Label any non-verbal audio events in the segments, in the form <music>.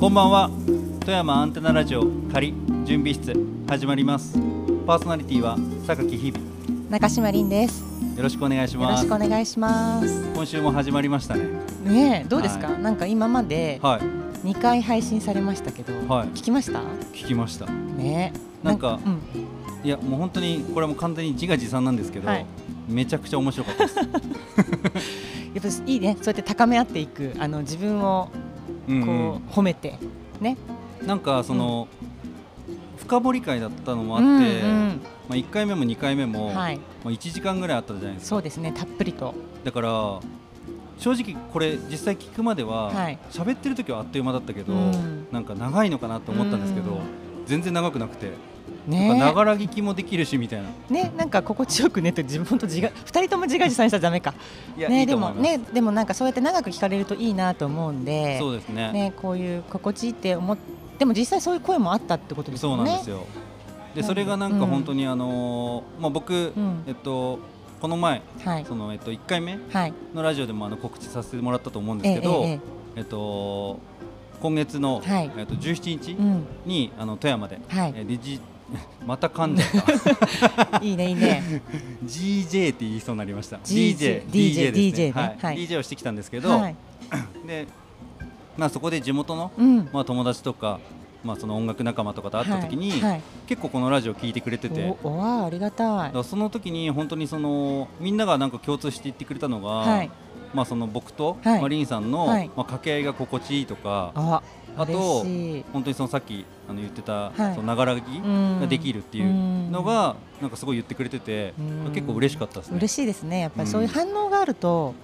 こんばんは富山アンテナラジオ仮準備室始まりますパーソナリティは榊日々中島凛です。よろしくお願いしよまろすしくお願いします。今週も始まりましたねねえ、どうですか、はなんか今まではい2回配信されましたけど、はい聞きました聞きましたねえなんかうんいやもう本当にこれはもう完全に自画自賛なんですけど、はいめちゃくちゃ面白かった <laughs> です、やっぱいいね、そうやって高め合っていく、あの自分をうんうんこう褒めて、ね。なんかその、深掘り会だったのもあって、うんまあ、1回目も2回目うも、ん、はい、まあ、1時間ぐらいあったじゃないですかそうですね、たっぷりと。だから正直これ実際聞くまでははい喋、ってる時はあっという間だったけど、うんなんか長いのかなと思ったんですけど、うん全然長くなくてねながら聞きもできるしみたいなえ、ね、なんか心地よくねって自分と自我、 <laughs> 二人とも自画自賛したらダメか。いや、ねいえ、いとで思もいます、ね、でもなんかそうやって長く聞かれるといいなと思うんで。そうですねね、こういう心地いいって思っでも実際そういう声もあったってことですそうよなね。んですよでなんでそれがなんか本当にあのーまあ、僕、うんえっとこの前はい。その、えっと、1回目はい。のラジオでもあの告知させてもらったと思うんえでえすけど、えええっと、今月の、はいえっと、17う日ん。に、あの富山で、はえい。デジ <laughs> また噛んじゃったいいねいいね。 GJ って言いそうになりました DJ で DJ すね DJ ねはいはい DJ をしてきたんですけど、はい。でまあ、そこで地元の、うん。まあ、友達とか、まあ、その音楽仲間とかと会った時に、はいはい、結構このラジオ聞いてくれててだかおおわあありがたい。らその時に本当にそのみんながなんか共通して言ってくれたのが、はい。まあ、その僕と、はいまあ、リンさんの、はいまあ、掛け合いが心地いいとかあ、あと嬉しい。本当にそのさっきあの言ってた、はいそのながら聞きんができるっていううのが、なんかすごい言ってくれてて、うん結構嬉しかったですね。嬉しいですね。やっぱうんりそういう反応があると、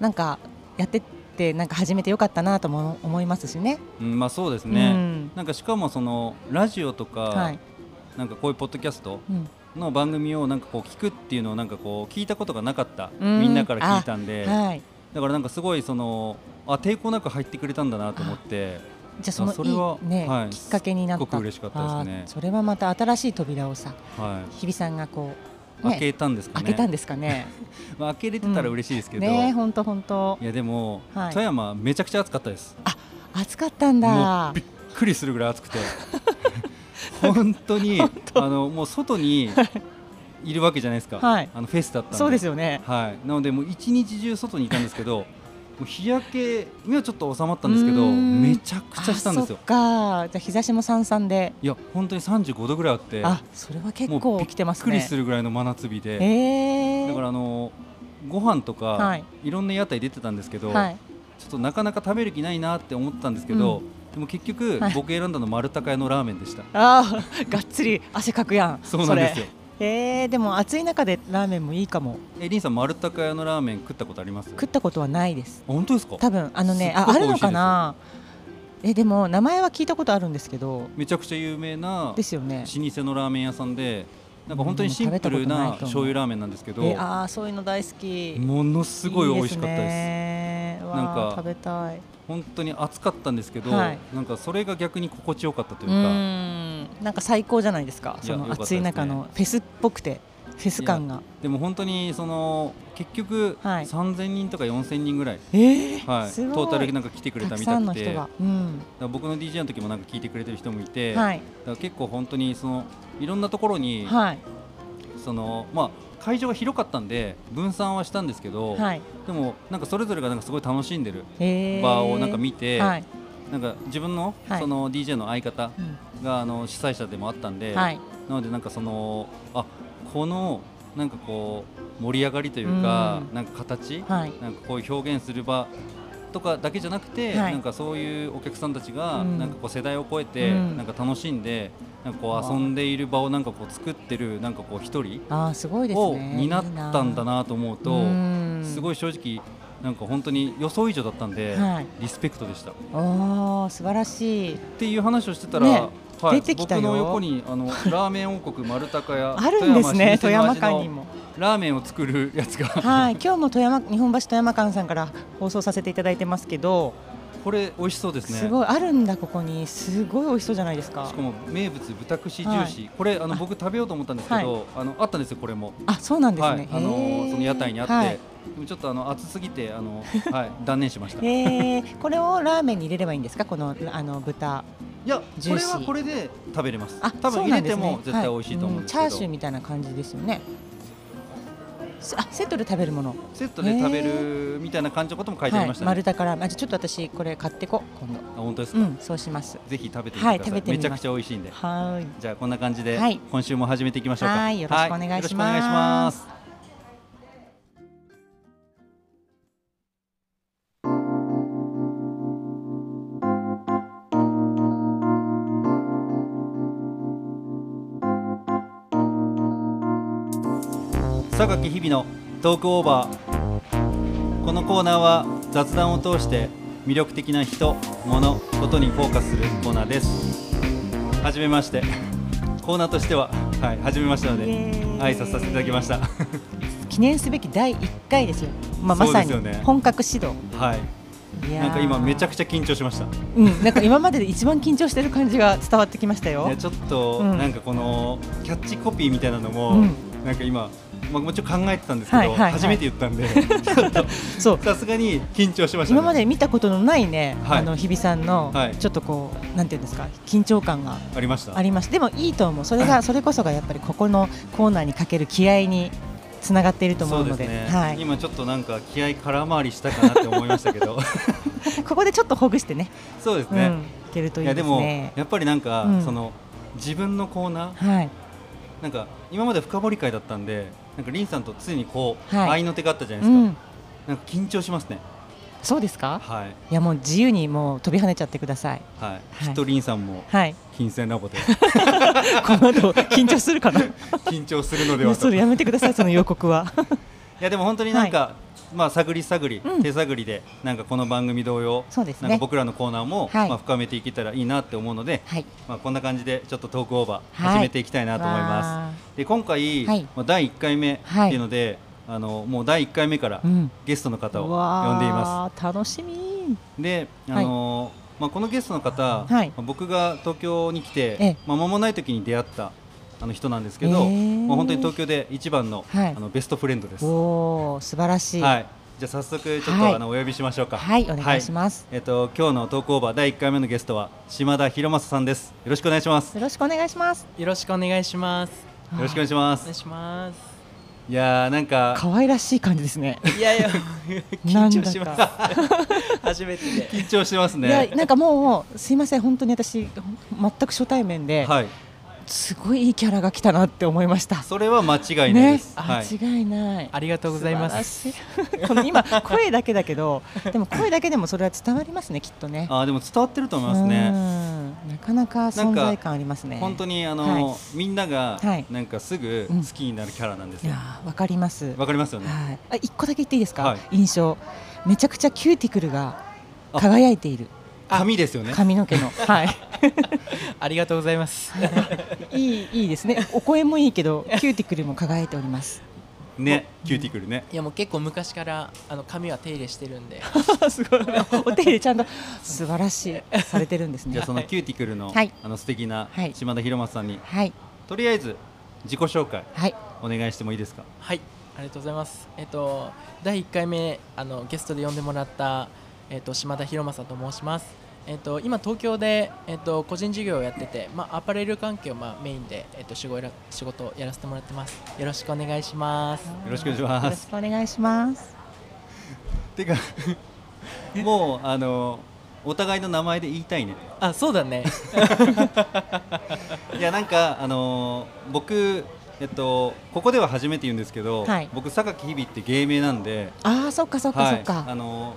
なんかやってってなんか始めてよかったなとも思いますしね。うん、まあそうですうね。ん。なんかしかもそのラジオとか、はい。なんかこういうポッドキャストうん。の番組をなんかこう聞くっていうのをなんかこう聞いたことがなかった、うんみんなから聞いたんで、はい。だからなんかすごいそのあ抵抗なく入ってくれたんだなと思って、じゃああそそれはのいいね、はいきっかけになった。すっごく嬉しかったですねあーそれはまた新しい扉をさ、はい、日比さんがこう、ね、開けたんですか開ね。けたんですかね。まあ開けれてたら嬉しいですけど、ねえ、本当本当い。やでも、はい富山めちゃくちゃ暑かったです。暑かったんもだう。びっくりするぐらい暑 <laughs> くて本当にあのもう外にいるわけじゃないですか、はいあのフェスだったんでそうですよ、よね。はい、なのでもう一日中外にいたんですけどもう日焼け目はちょっと収まったんですけうどーんめちゃくちゃしたんですよあそっか。じゃあ日差しもさんさんで。いや本当に35度ぐらいあってあ、それは結もう構びっ来てますびっくりねす。るぐらいの真夏日で、ええ。だからあのご飯とか、はいい、ろんな屋台出てたんですけど、はい。ちょっとなかなか食べる気ないなって思ったんですけど、でも結局、はい僕選んだの丸高屋のラーメンでしたああ、がっつり汗かくやん。そうなんですよそれ。ええ、でも暑い中でラーメンもいいかも。え、リンさん、丸高屋のラーメン食ったことあります食ったことはないです。本当ですか多分あのね、すっあごくあるのかな。え、でも名前は聞いたことあるんですけど。めちゃくちゃ有名な老舗ですよね。のラーメン屋さんで、なんか本当にシンプルうん食べたことなないと思う醤油ラーメンなんですけど、えああ、そういうの大好き。ものすごい美味しかったです。ね、わなんかあ食べたい。本当に暑かったんですけど、はいなんかそれが逆に心地よかったといううか、ん、なんか最高じゃないですか。いやそ良のかったです暑い中のフェスっぽくて、フェス感が。でも本当にその結局、はい3000人とか4000人ぐらい、ええはい、トすごいータルでなんか来てくれたたくみさたんのくて、人だがか。うん、ら僕の DJ の時もなんか聞いてくれてる人もいて、はい、だから結構本当にそのいろんなところに、はい、そのまあ会場が広かったんで分散はしたんですけど、はい。でもなんかそれぞれがなんかすごい楽しんでるええ場をなんか見て、はい、なんか自分のはいその DJ の相方うんがあの主催者でもあったんで、はい、なのでなんかそのあこのなんかこう盛り上がりというか、うなんか形、はい。なんかこういう表現する場とかだけじゃなくて、はいなんかそういうお客さんたちが、うんなんかこう世代を超えて、うんなんか楽しんでなんかこう遊んでいる場をなんかこう作ってるなんかこう一人ああ、すごいですをね。担ったんだなと思うと、すいごい正直なんか本当に予想以上だったんで、いな。はい。リスペクトでした。っおお、素晴らしい。ていう話をしてたら、ねはい、出てきたよ僕の横にあの <laughs> ラーメン王国丸高屋あるんですね、富山老舗の間味にのも。ラーメンを作るやつが、はい、今日も富山、日本橋富山間さんから放送させていただいてますけど。これ美味しそうですねすごいあるんだここにすごい美味しそうじゃないですかしかも名物豚串ジューシー、これあの僕食べようと思ったんですけどあ,、のあったんですよこれもあそうなんですはねい、あのへーその屋台にあって、はいでもちょっとあの熱すぎてあ <laughs> の、はい、断念しました。いえー、これをラーメンに入れればいいんですかこのあの豚やジュこーれシーはこれで食べれますあ。多分入れてそうなんもです絶ね対美味しいと思うんですけど、はチャーシューみたいな感じですよねすあセットで食べるものセットで食べるみたいな感じのことも書いてありましたね。はい、丸太からあじゃあちょっと私これ買ってこ今度あ本当ですうか、んそうしますぜひ食べてみてください。はい食べてみめますちゃくちゃ美味しいんで。はーいじゃあこんな感じではい今週も始めていきましょうか。はいよろしくお願いしまよすろくお願いします榊日々のトークオーバーこのコーナーは雑談を通して魅力的な人物ことにフォーカスするコーナーですはじめましてコーナーとしてははいはじめましたのでイエーイ挨拶させていただきました <laughs> 記念すべき第一回ですよ、まあ、まそうさですによね本格指導はいいやーなんか今めちゃくちゃ緊張しましたうん、なんか今までで一番緊張してる感じが伝わってきましたいよやちょっとうんなんかこのキャッチコピーみたいなのうもんなんか今まあもちろん考えてたんですけはいどはいはい初めて言ったんで <laughs> ちょっとそうさすがに緊張しましたね今まで見たことのないね、はいあの日比さんのはいちょっとこう、なんていうんですか緊張感がありましたありますでもいいと思うそれがそれこそがやっぱりここのコーナーにかける気合につながっていると思うのでそうですね、はい、今ちょっとなんか気合空回りしたかなって思いましたけどここでちょっとほぐしてねそうですうねん、、いけるといいやいですでもねやっぱりなんか、うんその自分のコーナーはいなんか今まで深掘り会だったんでなんかリンさんと常にこう、はい愛の手があったじゃないうですか、ん、なんか緊張しますねそうですかはいいやもう自由にもう飛び跳ねちゃってくださいはい、いきっとリンさんもはい金銭ラボ <laughs> でこの後緊張するかな緊張するのでもうはとそれいやめてくださいその予告はやでも本当になんか、まあ探り探り、うん手探りでなんかこの番組同様そうですねなんか僕らのコーナーも、はいまあ、深めていけたらいいなって思うので、はいまあ、こんな感じでちょっとトークオーバーはい始めていきたいなと思います、で今回、はいまあ、第1回目っていうので、あのもう第1回目からうんゲストの方を呼んでいます楽しみす。で、あはいのまあ、このゲストの方、はいまあ僕が東京に来て、ええまあ、間もない時に出会ったあの人なんですけど、えーまあ、本当に東京で一番の,、はいあのベストフレンドです。はおお素晴らしい、いじゃあ早速ちょっと、はいあのお呼びしましょうか。はいお願いします、えっと今日のトークオーバー第1回目のゲストは島田博正さんです。よろしくお願いします。よよろしくお願いしますよろしくお願いします。ろしくお願いしまお願いす。します。いやーなんか可愛らしい感じですねいや <laughs> いや、なんだ緊張します。 <laughs> 初めてで。緊張してますいやね。なんかもうすいません本当に私ほん全く初対面で、はい。すごいいいキャラが来たなって思いましたそれは間違いないです。ね、はい。あ違いないありがとうございます。素晴らしいこの今声だけだけどでも声だけでもそれは伝わりますねきっとねあーでも伝わってると思いますね。うんなかなか存在感ありますね本当ににあの、はいみんながはいなんかすぐうん好きになるキャラなんですいよ。やーわかりますわかりますよね。はいあ一個だけ言っていいですか、はい印象めちゃくちゃキューティクルがあ輝いている髪ですよね。髪の毛 <laughs> のはいありがとうございます。いいいいですねお声もいいけどキューティクルも輝いておりますね、キューティクルね。いやもう結構昔からあの髪は手入れしてるんで。すごいお手入れちゃんと素晴らしいされてるんですじゃねあそのキューティクルの、はいあの素敵なはい島田博正さんに、はいとりあえず自己紹介はいお願いしてもいいですか。はい、ありがとうございます。えっと第1回目あのゲストで呼んでもらったえっと島田博正と申します。えっと今東京でえっと個人事業をやってて、まあアパレル関係をまあメインでえっと仕事やら仕事をやらせてもらってます。よろしくお願いします。よろしくお願いしよまろすし。くお願いしますてか <laughs> もうあのお互いの名前で言いたいね。あ、そうだね。いやなんかあのー僕えっとここでは初めて言うんですけど、はい僕榊日々って芸名なんで、ああそっかそっかそっか、あのー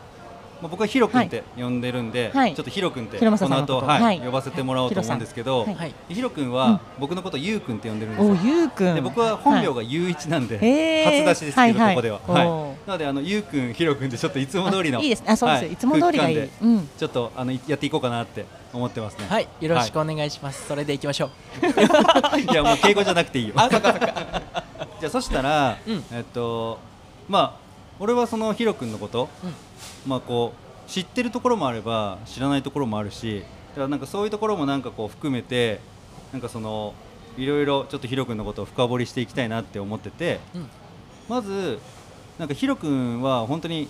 まあ僕はヒロ君って呼んでるんで、はいちょっとヒロ君ってヒロマサこのさんのこ後とはい、はい呼ばせてもらおうと思うんですけど、ヒロさんは。はいヒロ君は僕のことをユウ君って呼んでるんですおよ。ゆうくんで僕は本名いがユウイチなんで、へー初出しですけど、はいはこいこでは、おーはい、なのであのユウ君ヒロ君でちょっといつも通りのあいいですねあそうです、、はいつも通りが空いい気、感でうん、ちょっとあのやっていこうかなって思ってますね。はい、よろしくお願いします。それで行きましょう。 <laughs> いやもう敬語じゃなくていいよ。あ、そかそか。 <laughs> じゃあそしたら、うんえっとまあ俺はそのヒロ君のこと、まあこう知ってるところもあれば知らないところもあるし、だからなんかそういうところもなんかこう含めてなんかそのいろいろちょっとヒロ君のことを深掘りしていきたいなって思ってて、うんまず。なんかヒロ君は本当に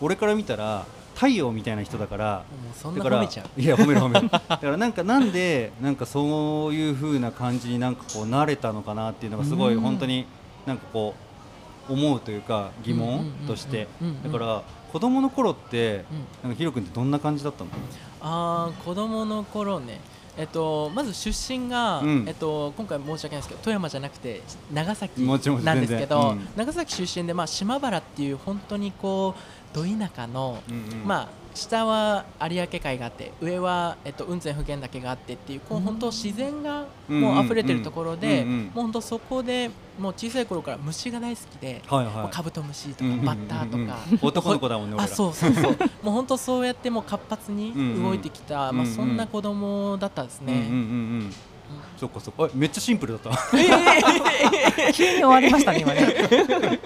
俺から見たら太陽みたいな人だからもうそんだなか褒らめちゃういや褒める褒める <laughs> だからなんかなんでなんかそういう風な感じになんかこう慣れたのかなっていうのがすごいうん本当になんかこう思うというか疑うんうん問うんうんとしてうんうんだから子供の頃ってうなんんかヒロ君ってどんな感じだったのあー子供の頃ねえっと、まず出身が、うんえっと、今回申し訳ないですけど富山じゃなくて長崎もちろんなんですけど、全然うん長崎出身で、まあ、島原っていう本当にこうど田舎の、あまあ、下は有明海があって上は、えっと、雲仙普賢岳があってっていうこううん本当自然がうんもう溢れてるところで、うんうんうんもう本当そこでもう小さい頃から虫が大好きで、はいもはういカブトムシとうんかうんうんうんバッターとか、男の子だもんね俺あらそうそ <laughs> うそうもう本当そうやってもう活発にうんうん動いてきた、うんまうあ、んそんな子供だったですうんうんうんうね、んそっかそっかえめっちゃシンプルだった急に終わりましたね今 <laughs> ね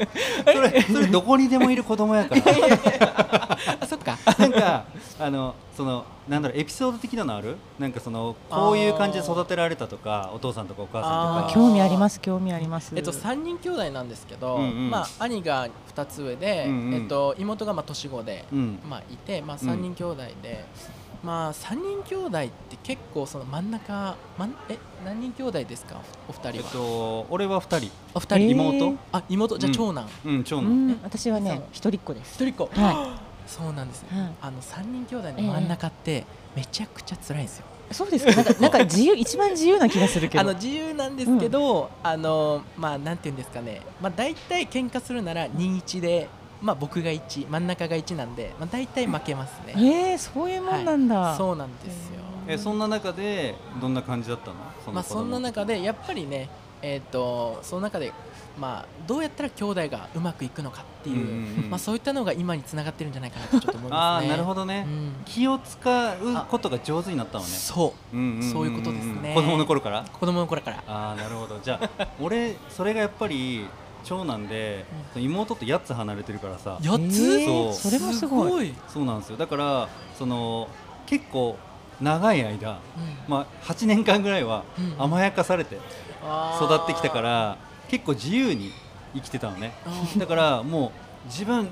それそれどこにでもいる子供やからあそっかなんかあのそのなんだろうエピソード的なのあるなんかそのこういう感じで育てられたとかお父さんとかお母さんあとか興味あります興味ありますえっと、3人兄弟なんですけど、うんうんまあ、兄が2つ上で、うんうんえっと、妹がまあ年子で、うんまあ、いて、まあ、3人兄弟で、まあ、3人兄弟って結構その真ん中、ま、え何人兄弟ですかお二え人っは、と俺は二人お二人、えー妹あ妹じゃあ長男、うん長う男ん私はね一人っ子です一人っ子、はそうなんですね、はいあの3人兄弟の真ん中ってめちゃくちゃ辛いんですよそうですかなんかなんか自由一番自由な気がするけあどの自由なんですけど、あのまあなんていうんですかね、まあ大体喧嘩するなら2一で、まあ僕が1、真ん中が1なんで、まあ大体負けますね。えー、そういうもんなんだ、はいそうなんですよ。えそんな中でどんな感じだったのそのまあ子そ供んな中でやっぱりね、えっ、とその中でまあどうやったら兄弟がうまくいくのかっていう、うんうんうんまあそういったのが今につながってるんじゃないかなとちょっと思いまああすね。なるほどうねん気を使うことが上手になったのねそうんんんんそういうことですね子供の頃からう子供の頃から。ああなるほどじゃあ俺それがやっぱり長男でその妹と8つ離れてるからさ四つ、えそうー、それもすごいいそうなんですよだからその結構長い間うんまあ8年間ぐらいはうん甘やかされてあー育ってきたから結構自由に生きてたのねうんだからもう自分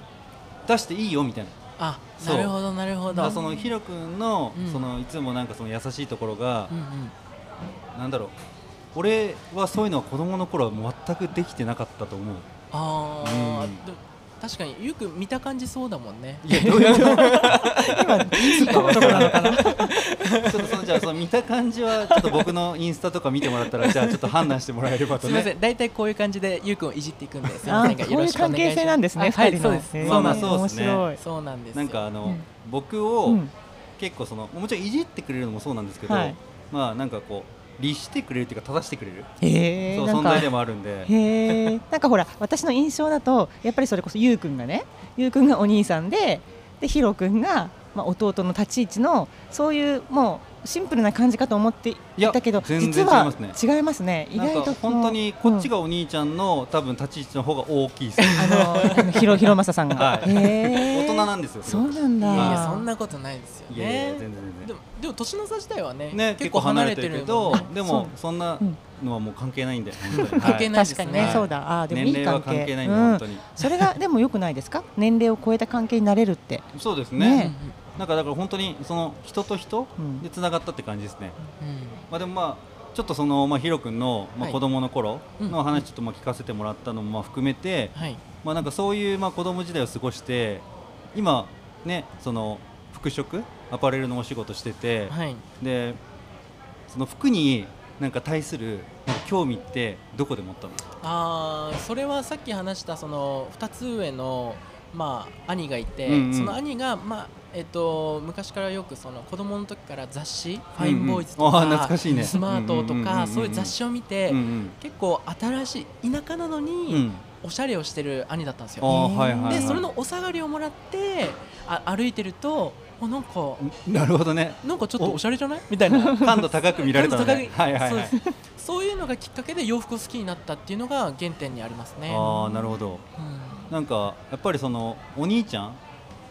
出していいよみたいなあそうなるほどなるだほかどらそのヒロ君のうんそのいつもなんかその優しいところがうんうんなんだろう俺はそういうのは子供の頃は全くできてなかったと <laughs> 思うああ、うんど確かによく見た感じそうだもんねいやどうやっても今いい男なの <laughs> かなちょっとそのじゃあその見た感じはちょっと僕のインスタとか見てもらったらじゃあちょっと判断してもらえればすとみねません大体こういう感じでゆうくんをいじっていくんですいまあせんがーよそうろいうしくお願関いします係性なんですね、あ二はい人そのうです、えーまあまあねそうですね面白いそうなんですよなんかあの、うん僕を、うん結構そのもちろんいじってくれるのもそうなんですけど、はいまあなんかこう律してくれるっていうか正してくれる、えそー、うなん存在かでもあるんで、へえなんかほら私の印象だとやっぱりそれこそゆうくんがねゆうくんがお兄さんででひろくんが、まあ、弟の立ち位置のそういうもうシンプルな感じかと思っていいやたけど全実然違いはますね違いますね意なん外かと本当にこっちが、がお兄ちゃんの多分立ち位置の方が大きいです、うん <laughs> あのあのひろひろまささんが、はいへ大え人なんですよすそごうくなんだいやいはやそんなことないですよいやいやね全然全で然もでも年の差自体はねね結構離れてるけどもんねでそうもそんなのはもう関係ないんで、本当に関係はないです確かにねね、はいそうだあーでもい年い齢は関係ないんで、うん本当にそれがでも良くないですか年齢を超えた関係になれるって、そうですねねなんかだから本当にその人と人うんでつながったって感じですね、うんうんまあ、でもまあちょっとその、まあ、ヒロ君の、まはあ、い子供の頃のうん話ちょっとまあ聞かせてもらったのもまあ含めて、はいまあ、なんかそういうまあ子供時代を過ごして今ねその服飾アパレルのお仕事してて、はいでその服になんか対するなんか興味ってどこで持ったのあーそれはさっき話したその2つ上の、まあ、兄がいて、うんうんその兄が、まあえっと昔からよくその子供の時から雑誌「フうんァうイんンボーイズ」とあーか懐かしいねスマート」うんとうんうんうんうかんそういう雑誌を見て、うんうん結構新しい田舎なのうにんおしゃれをしてる兄だったんですあーよ。はいはいはいでそれのお下がりをもらってあ歩いてるとおなんかなるほどねなんかちょっとおしゃれじゃないみたいな感度高く見られたの感ね度高はいはいはいそうですそういうのがきっかけで洋服を好きになったっていうのが原点にありますね。ああなるほどうんなんかやっぱりそのお兄ちゃん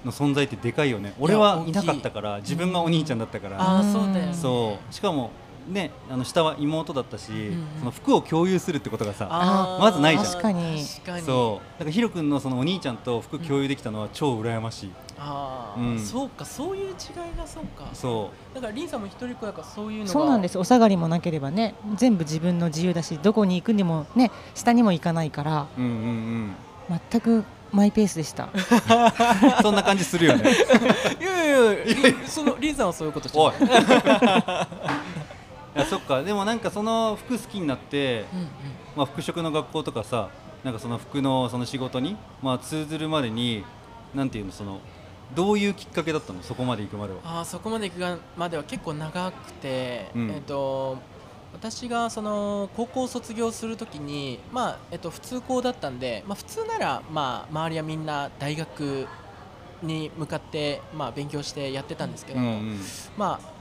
の存在ってでかいよね俺はいなかったから自分がお兄ちゃんだったからああそうだよねそうしかもね、あの下は妹だったし、んうんその服を共有するってことがさあーまずないじゃん確かに確かにそうだからヒロ君のそのお兄ちゃんと服共有できたのは超羨ましい、ああ、うんそうかそういう違いがそうかそだからリンさんも一人っ子だからそういうのがそうなんですお下がりもなければね全部自分の自由だしどこに行くにもね下にも行かないからううんうん全くマイペースで <laughs> したうん <laughs> そんな感じするよねいやいやいやリン <laughs> そのリンさんはそういうことしておい <laughs> ないいやそっかでもなんかその服好きになって、うんうんまあ、服飾の学校とかさなんかその服のその仕事に、まあ、通ずるまでになんていうのそのどういうきっかけだったのそこまで行くまではあーそこまで行くがまでは結構長くて、うんえっと私がその高校を卒業するときに、まあえっと普通校だったんで、まあ、普通なら、まあ、周りはみんな大学に向かって、まあ、勉強してやってたんですけどうんも、うんまあ、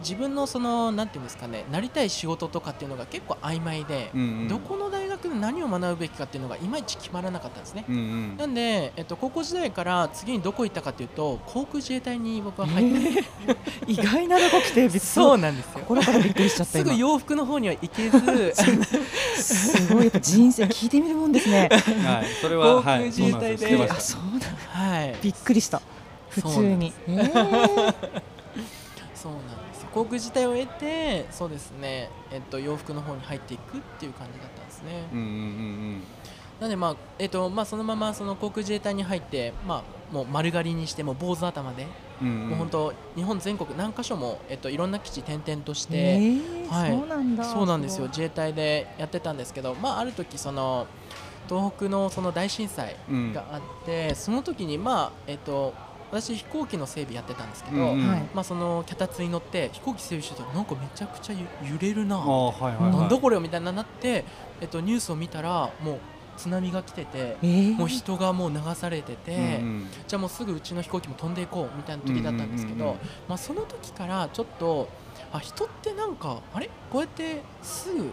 自分のそのなんていうんですかねなりたい仕事とかっていうのが結構曖昧で、うんうんどこの大学で何を学ぶべきかっていうのがいまいち決まらなかったんですね。うんうんなんで、えっと、高校時代から次にどこ行ったかというと航空自衛隊に僕は入って、意外なとこ来て別にそうなんですよ心からびっくりしちゃったす今ぐ洋服の方には行 <laughs> けずすごいやっぱ人生聞いてみるもんですね <laughs> はい、それは航空はい自衛隊でそうなんあすよそうなんだ <laughs> はいびっくりした普通にえーそうなんですよ航空自体を得てそうですね、えっと、洋服の方に入っていくっていう感じだったんですね、うんうんうんなんでまあ、えっとまあ、そのままその航空自衛隊に入って、まあ、もう丸刈りにしてもう坊主頭で、うんうんうんもう本当日本全国何箇所も、えっと、いろんな基地転々としえて、ーはいそうなんだそうなんですよごい自衛隊でやってたんですけど、まあ、ある時その東北のその大震災うんがあって、その時に、まあえっと、私飛行機の整備やってたんですけど、うんうんはいまあ、その脚立に乗って飛行機整備してたらなんかめちゃくちゃゆ揺れるなああはいはい、はい、なんだこれよみたいになって、えっと、ニュースを見たらもう津波が来ててえーもう人がもう流されてて、うんじゃあもうすぐうちの飛行機も飛んでいこうみたいな時だったんですけど、うんうんうんまあ、その時からちょっとあ人ってなんかあれこうやってすぐ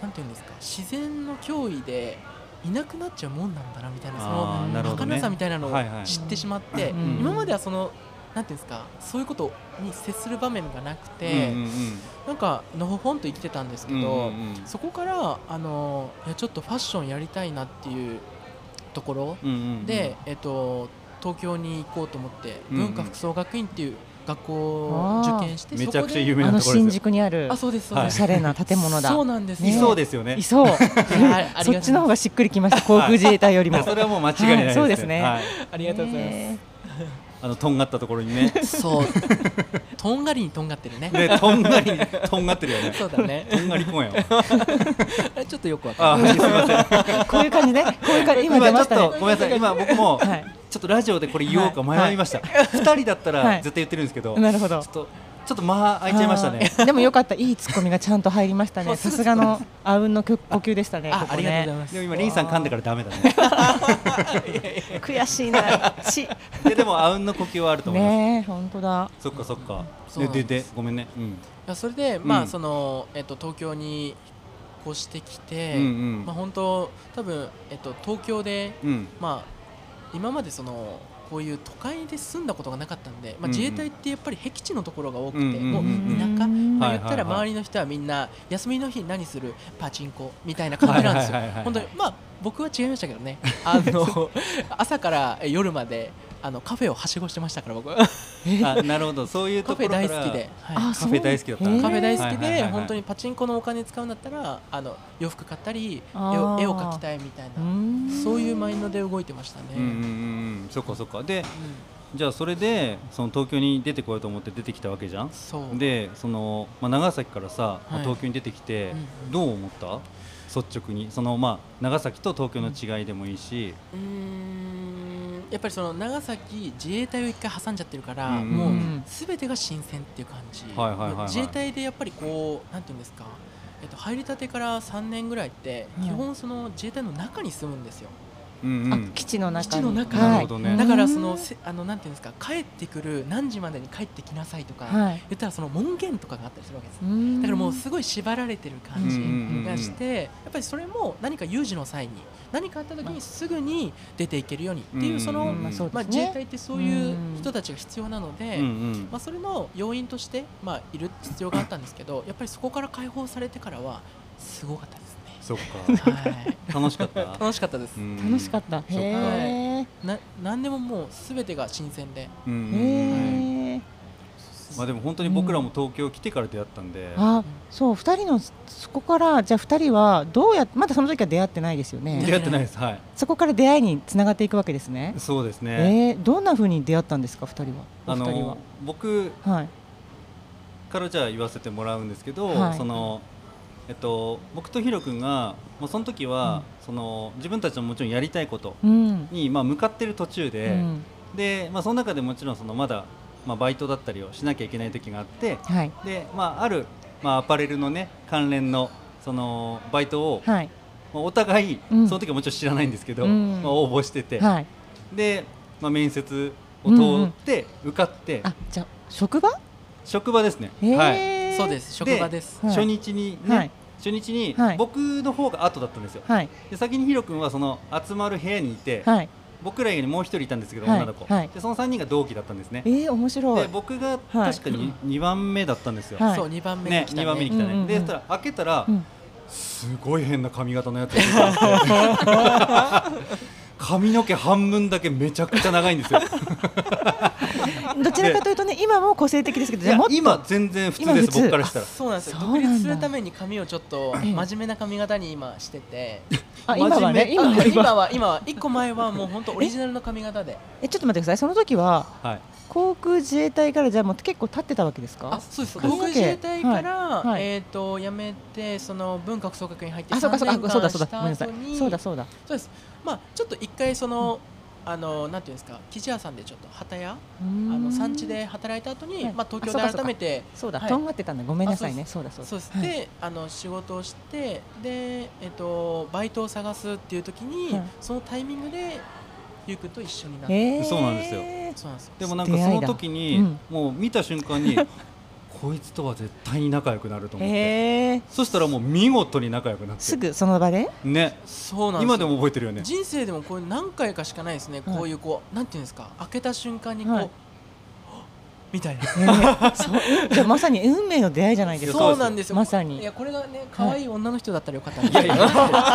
なんていうんですか自然の脅威でいなくなっちゃうもんなんだなみたいなそのあーなるほどね儚さみたいなのをはいはい知ってしまって、うん今まではそのなんていうんですかそういうことに接する場面がなくて、うんうんうんなんかのほほんと生きてたんですけど。うんうんうんそこからあのいやちょっとファッションやりたいなっていうところうんうんうんで、えっと、東京に行こうと思って、うんうん文化服装学院っていう学校を受験してめちゃくちゃ有有名名あなのところ新ですよ宿にあるあそうですそうはいおでしす、ゃれな建物だそうなんですよねいそうですよねいそうはいありそがっとうございますちの方がしっくりきました航空自衛隊よりいも <laughs> やそれはもう間違いないです、ねはいそうですねはい、ありがとうございます、えあのとんがったところにねそう <laughs> とんがりにとんがってるねでとんがりにとんがってるよねそうだねと <laughs> んがり <laughs> 公園あれちょっとよくわかあすいませんーこういう感じねこういう感じ今出ま今しちょたっとねごめんなさい今僕も、はいちょっとラジオでこれ言おうか迷いました、二人だったらはい絶対言ってるんですけど、なるほどちょっとちょっと間空いちゃいましたねあーでもよかったいいツッコミがちゃんと入りましたそうねさすぐすがのあうんの呼吸でしたねんないこああこりがとうございねますでも今リンさん噛んだからダメだ <laughs> ね悔し <laughs> いなちいやでもあうんの呼吸はあると思います、ねえ本当だそっかそっかそでうなんでですでごめんねうんいやそれで、まうあんそのえっと、東京に越してきて、うんうんまあ、本当多分、えっと、東京で、うんまあ、今までそのこういう都会で住んだことがなかったんで、まあ、うんうん自衛隊ってやっぱり僻地のところが多くうて、んうんもう田舎、うんまあはい言ったらはいはい周りの人はみんな休みの日何するパチンコみたいな感じなんですよはいはいはいはい。本当にまあ僕は違いましたけ <laughs> どねあの朝から夜まであのカフェをはしごしてましたから <laughs> 僕カあなるほどそういうとこフろェから大好きで。はいあカフェ大好きだったそうへーカフェ大好きはいはいではい本当にパチンコのお金使うんだったらあの洋服買ったり絵あーを絵を描きたいみたいなそういうマインドで動いてましたね。うんうんうんうんそっかそっかでじゃあそれでその東京に出てこようと思って出てきたわけじゃんそうでその、まあ、長崎からさ、まあはい東京に出てきて、うんうんどう思った率直にその、まあ、長崎と東京の違いでもいいし、うーんやっぱりその長崎自衛隊を一回挟んじゃってるから、うんもうすべてが新鮮っていう感じ、はいはいはいはい自衛隊でやっぱりこうなんていうんですか、えっと、入りたてから3年ぐらいって、うん基本その自衛隊の中に住むんですよ、ううんうあん基地の中基地の中になるはほいどねだからそのせあのなんていうんですか帰ってくる何時までに帰ってきなさいとか、はい言ったらその門限とかがあったりするわけです。だだからもうすごい縛られてる感うんうんうんうじんがして、やっぱりそれも何か有事の際に何かあった時にすぐに出ていけるようにっていうその、うんまあそうまであ、す自衛ね、隊ってそういううん人たちが必要なので、うんうんまあ、それの要因として、まあ、いる必要があったんですけどやっぱりそこから解放されてからはすごかったですそっね。か <laughs> はい、楽しかった楽しかったです、楽しかった、そっかへえな何でももう全てが新鮮でた、うんうんうんへえまあでも本当に僕らも東京来てから出会ったんで、あそう2人のそこからじゃあ2人はどうやってまだその時は出会ってないですよ出ね会ってないですはいそこから出会いにつながっていくわけですねそうですね、えー、どんな風に出会ったんですか2人はおあ二人はの僕はいからじゃあ言わせてもらうんですけど、はいそのえっと僕とヒロ君がまあその時は、その自分たちのもちろんやりたいことうん、にまあ向かってる途中で、うんでまあその中でもちろんそのまだまあバイトだったりをしなきゃいけない時があって、はいでまああるまあアパレルのね関連のそのバイトを、はいまあお互い、うんその時はもちろん知らないんですけど、うんまあ、応募してて、はいで、まあ、面接を通って受かって、あじゃあ職場職場ですね、へえ、はい、そうです職場ですはい初日に、ねはい初日にはい僕の方が後だったんですよ、はいで先にヒロ君はその集まる部屋にいて、はい僕ら以外にもう一人いたんですけど、はい女の子、はいでその3人が同期だったんですねえー、面白でい僕がはい確かに2番目だったんですよ、はいそう2番目ねに来た二ね番目に来たね、うんうんうんでそしたら開けたら、うんすごい変な髪型のやつが出てきて髪の毛半分だけめちゃくちゃ長いんですよどちらかというとね今も個性的ですけどい <laughs> じゃあやもっと今全然普通今で普す通僕からしたらそうなんですよそうな独んだ立するために髪をちょっとええ真面目な髪型に今しててあ今はねあ今は今今は今は1個前はもう本当オリジナルの髪型でえちょっと待ってくださいその時ははい航空自衛隊からじゃあもう結構立ってたわけですかあそうです髪航の毛空自衛隊から、いはいえっ、と辞めてその文学総学に入ってあそうかそう3年かそ間うだそうだしたごめんなさい後にそうだそうだそうですまあちょっと一回その、あのなんていうんですか生地屋さんでちょっと畑屋ああの産地で働いた後に、はいまあ東京あそうかでそうか改めてそうだはいとんがってたんだごめんなさいねそうだそうだそうです、はいであの仕事をしてで、えっと、バイトを探すっていう時に、はいそのタイミングでゆうくんと一緒になって、へーそうなんですよそうなんですよでもなんか出そ会のいだ時に、うんもう見た瞬間に <laughs> こいつとは絶対に仲良くなると思ってへえそしたらもう見事に仲良くなっすてぐその場でねそうなんですよ今でも覚えてるよね人生でもこれ何回かしかないですね、はいこういうこうなんていうんですか開けた瞬間にこう、はいはっみたいなねそうじゃあまさに運命の出会いじゃないですか <laughs> そうなんですよまさにいやこれがね可愛い女の人だったらよかったんですいやいや<laughs>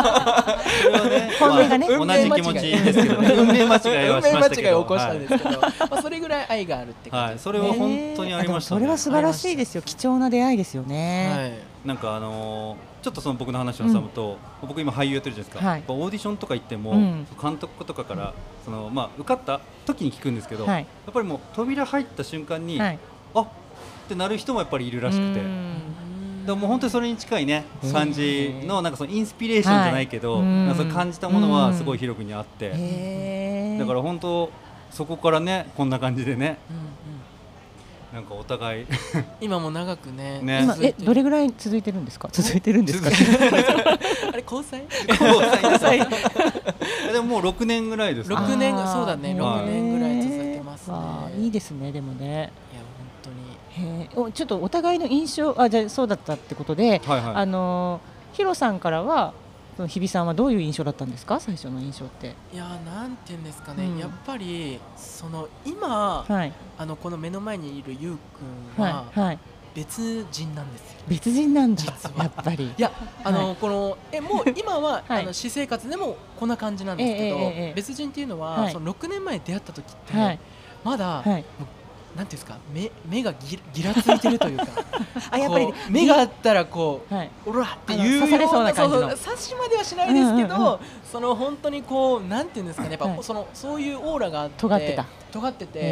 それは ね本音がねまあ同じ気持ちですけどね運命間違いは運命しま間したけ違いどを起こしたんはでいすけど、まあそれぐらい愛があるって感はい、じです、それは本当にありました、ねねえあでもそれは素晴らしいですよ貴重な出会いですよねはいなんかあのーちょっとその僕の話を挟むと、僕今俳優やってるじゃないですか、はいやっぱオーディションとか行っても、うん監督とかからその、まあ、受かった時に聞くんですけど、はやいっぱりもう扉入った瞬間に、はいあってなる人もやっぱりいるらしくてでうんももう本当にそれに近いねうん感じのなんかそのインスピレーションじゃないけど、はいうんなんかそれ感じたものはすごい広くにあって、へえだから本当そこからねこんな感じでねうんうんなんかお互 <laughs> い今も長くねね今続いえてるどれぐらい続いてるんですか続いてるんですかあれ交際交際 <laughs> でももう6年ぐらいですね六年ぐあーそうだね六年ぐらい続いてますねわあいいですねでもねいや本当にへえおちょっとお互いの印象あじゃあそうだったってことで、はいはいあのヒロさんからはその日比さんはどういう印象だったんですか最初の印象っていやーなんて言うんですかね、うんやっぱりその今、はいあのこの目の前にいるゆうくんははいはい別人なんですよ、別人なんだ実はやっぱりいやあの、このえも <laughs> う今は、はいあの私生活でもこんな感じなんですけど、ええええええ別人っていうのは、はいその6年前出会った時って、はいまだ、はいなんていうんですか目目がぎぎらついてるというか <laughs> あやっぱりこう目があったらこうはいオラっていあのうよ刺されそうな感じのそうそう刺しまではしないですけど、うんうんうその本当にこうなんていうんですかねやっぱ、はいそのそういうオーラがあって尖ってた尖ってて、へ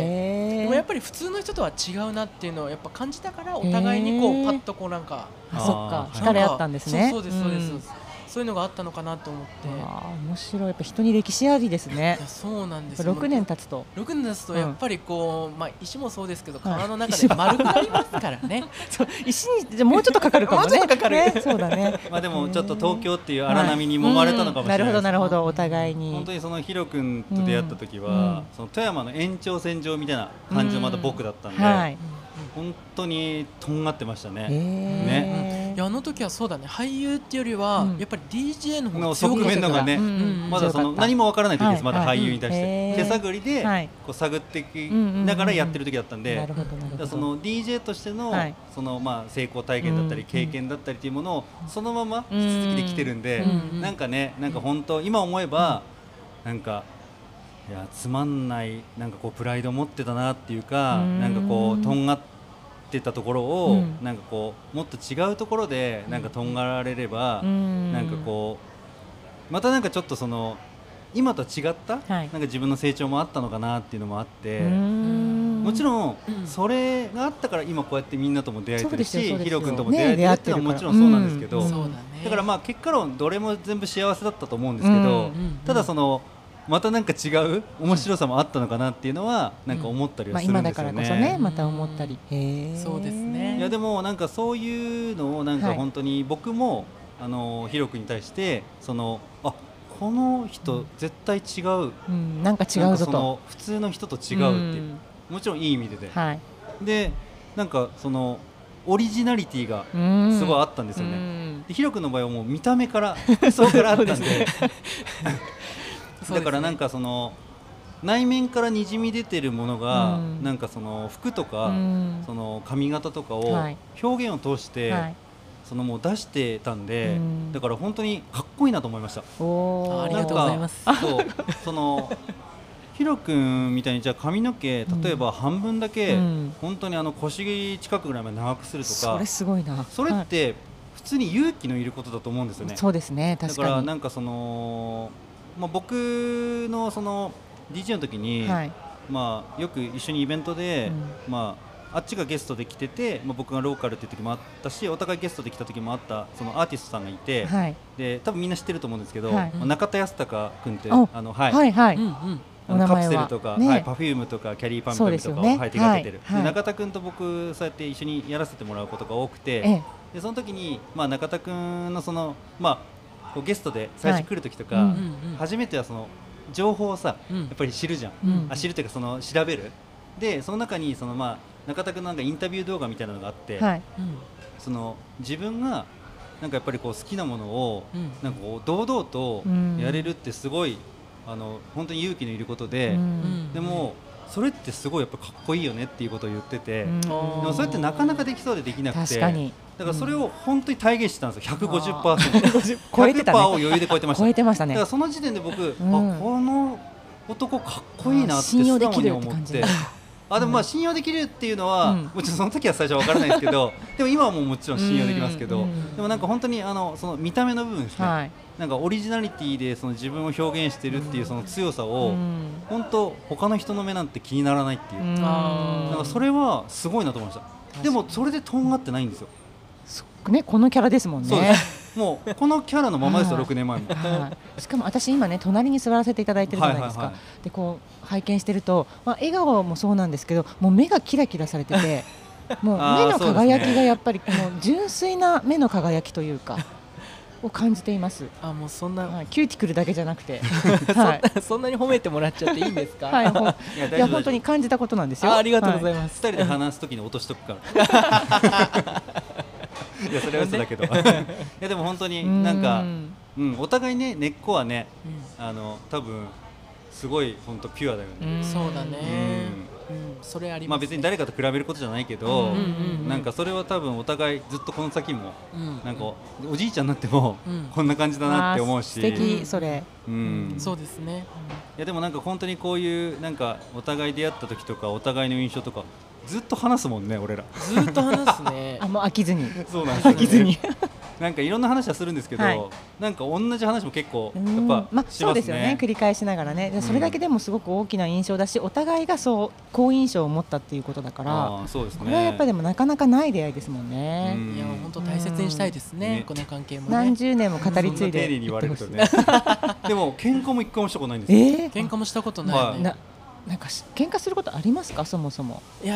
でえもやっぱり普通の人とは違うなっていうのをやっぱ感じたからお互いにこへうーパッとこうなんかあそっあかー惹かれ合ったんですねそうそうですそうです、そうですそういうのがあったのかなと思っていやあ面白いやっぱ人に歴史ありですねそうなんですよ6年経つと6年経つとうんやっぱりこう、まあ、石もそうですけどはい体の中で丸くなりますからねそう石にじゃあもうちょっとかかるかもねもうちょっとかかるねそうだねまあでもちょっと東京っていう荒波に揉まれたのかもしれないですうんるほどなるほどどお互いに本当にそのヒロ君と出会った時は、うその富山の延長線上みたいな感じのまた僕だったんで、はい、本当にとんがってましたえね、いやあの時はそうだね俳優っていうよりは、うんやっぱり DJ の方のが強側かった面の方がねうんまだその強かった何もわからない時です、はまいだ俳優に対して、はいへー手探りではいこう探っていきながらやってる時だったんで、なるほどなるだほからどその DJ としての,、はいそのまあ成功体験だったりうん経験だったりというものをそのままう引んき続きできてるんで、うんなんかねなんか本当今思えば、なんかいやつまんないなんかこうプライド持ってたなっていうか、うんなんかこうとんがってたところを、うんなんかこうもっと違うところでなんかとんがられれば、うんなんかこうまたなんかちょっとその今とは違った、なはいんか自分の成長もあったのかなっていうのもあって。うんもちろんうんそれがあったから今こうやってみんなとも出会えてるそうですしよそうですヒよロ君とも出会えてるっていうのはもちろんそうなんですけどね出会ってるそからうだうねんだからまあ結果論どれも全部幸せだったと思うんですけどうんうんただそのまたなんか違う面白さもあったのかなっていうのはなんか思ったりまはあ、する今んだですからよこそねね。また思ったりそうですねいやでもなんかそういうのをなんかはい本当に僕もあのヒロ君に対してそのあこの人絶対違ううん、なんか違なんうかぞそとの普通の人と違うっていううんもちろんいい意味でではいでなんかそのオリジナリティがうんすごいあったんですようね、んでヒロ君の場合はもう見た目から <laughs> 服装からあったんでそうですねだからなんかその内面からにじみ出てるものが、うんなんかその服とうか、んその髪型とかをはい表現を通して、はいそのもう出してたんで、うんだから本当にかっこいいなと思いましたおーありがとうございますなんかそうそのヒロ君みたいにじゃあ髪の毛例えば半分だけ、うん本当にあの腰近くぐらいまで長くするとそかれすごいなそれって普通に勇気のいることだと思うんですよはねい、。そうですねだか確らかになんかその、まあ、僕のその DJ の時に、はいまあ、よく一緒にイベントで、まあ、あっちがゲストで来てて、まあ、僕がローカルっていう時もあったしお互いゲストで来た時もあったそのアーティストさんがいて、はいで多分みんな知ってると思うんですけど、はいまあ中田泰孝君っておあの、はいはいはい、うんうんあのお名カプ前はセルとか、ねはい、パフュームとかキャリーパンプそとうでかすよを、ねはい、手がけてる、はいはいで中田君と僕そうやって一緒にやらせてもらうことが多くて、ええでその時に、まあ、中田君のその、まあ、こうゲストで最初来る時とか、はいううんん初めてはその情報をさうんやっぱり知るじゃん、うんあ知るというかその調べるでその中にその、まあ、中田君のなんかインタビュー動画みたいなのがあって、はいうんその自分がなんかやっぱりこう好きなものを、うんなんかこう堂々とうんやれるってすごい、あの本当に勇気のいることで。うんでもそれってすごいやっぱかっこいいよねっていうことを言ってて、うんでもそれってなかなかできそうでできなくて確かにだからそれを本当に体現してたんですよ150%あ超えてたね100%を余裕で超えてました超えてましただねからその時点で僕、んあこの男かっこいいなって素信用で直きにるって思っ感じて。 <laughs> あでもまあ信用できるっていうのは、うんもちろんその時は最初は分からないですけ <laughs> どでも今はもうもちろん信用できますけど、うんうんでもなんか本当にあのその見た目の部分ですね、はいなんかオリジナリティでその自分を表現してるっていうその強さを、うん本当他の人の目なんて気にならないっていう、うんあーなんかそれはすごいなと思いましたでもそれでとんがってないんですよ、そっかねこのキャラですもんそうねですもうこのキャラのままですよはい6年前 <laughs> もはいしかも私今ね隣に座らせていただいてるじゃないですか、はいはいはでこう拝見してると、まあ、笑顔もそうなんですけどもう目がキラキラされててもうあー目のそうですね輝きがやっぱりもう純粋な目の輝きというかを感じています、あもうそんな、はい、キューティクルだけじゃなくて、はいそんなに褒めてもらっちゃっていいんですか、はい、ほんいや大丈夫いや本当に感じたことなんですよあありがとうございはま2す、人で話す時に落としとくから <laughs> いやそれは嘘だけどいやでも本当いになんかううん、お互いね根っこはねうんあの多分すごい本当ピュアだよね、んそうだね、うんそれありままあす、ね別に誰かと比べることじゃないけど、うんうんうんなんかそれは多分お互いずっとこの先もうんなんかおじいちゃんになってもうんこんな感じだなって思うし、あー素敵それうん、そうですね、いやでもなんか本当にこういうなんかお互い出会った時とかお互いの印象とかずっと話すもんね俺らずーっと話すね <laughs> あもう飽きずにそうなんですよね飽きずになんかいろんな話はするんですけど、はいなんか同じ話も結構やうっんぱまあ、しそまうですすよねね。繰り返しながらねでそれだけでもすごく大きな印象だし、お互いがそう好印象を持ったっていうことだからああそうですね。これはやっぱでもなかなかない出会いですもんね、うんいや本当大切にしたいですねね、この関係もね何。十年も語りそ継んない丁寧でに言われるとね。 <laughs> でも喧嘩も一回もしたことないんですよ。えー喧嘩もしたことないよはねい。ななんかし喧嘩することありますかそもそも、いや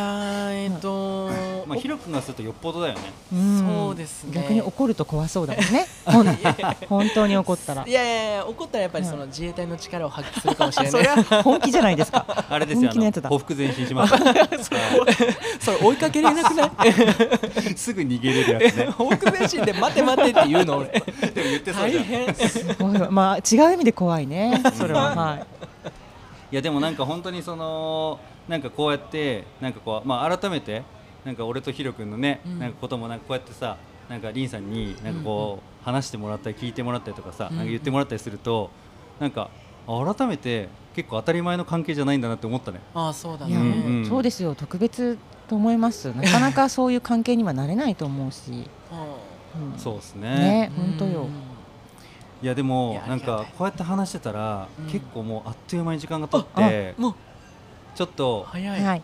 ー、えっ、とまあヒロ君がするとよっぽどだよね。んそうですね逆に怒ると怖そうだもん <laughs> ねほん本当に怒ったらいやいやいや、怒ったらやっぱりその自衛隊の力を発揮するかもしれない。 <laughs> <laughs> 本気じゃないですかあれですよ。本あ気ののやつだ報復前進し <laughs> ます。はそれ追いかけられなくない <laughs> いすぐ逃げれるやつ <laughs> ね。報復前進で待て待てって言うの俺。でも言ってそう大じゃん。い変。 <laughs> 怖いわまあ違う意味で怖いねそれは、はい、やでもなんか本当にそのなんかこうやってなんかこうまあ改めてなんか俺とヒロ君のねうんなんかこともなんかこうやってさなんかリンさんになんかこう話してもらったり聞いてもらったりとかさうんなんか言ってもらったりするとなんかあ改めて結構当たり前の関係じゃないんだなって思ったね。ああ、そうだいね。や、うんうんそうですよ特別と思いますなかなかそういう関係にはなれないと思うし、うんそうですねうん本当よいやでいもやなんありがかたいこうやって話してたら、うん結構もうあっという間に時間が経ってもちょっうと、早い。はい、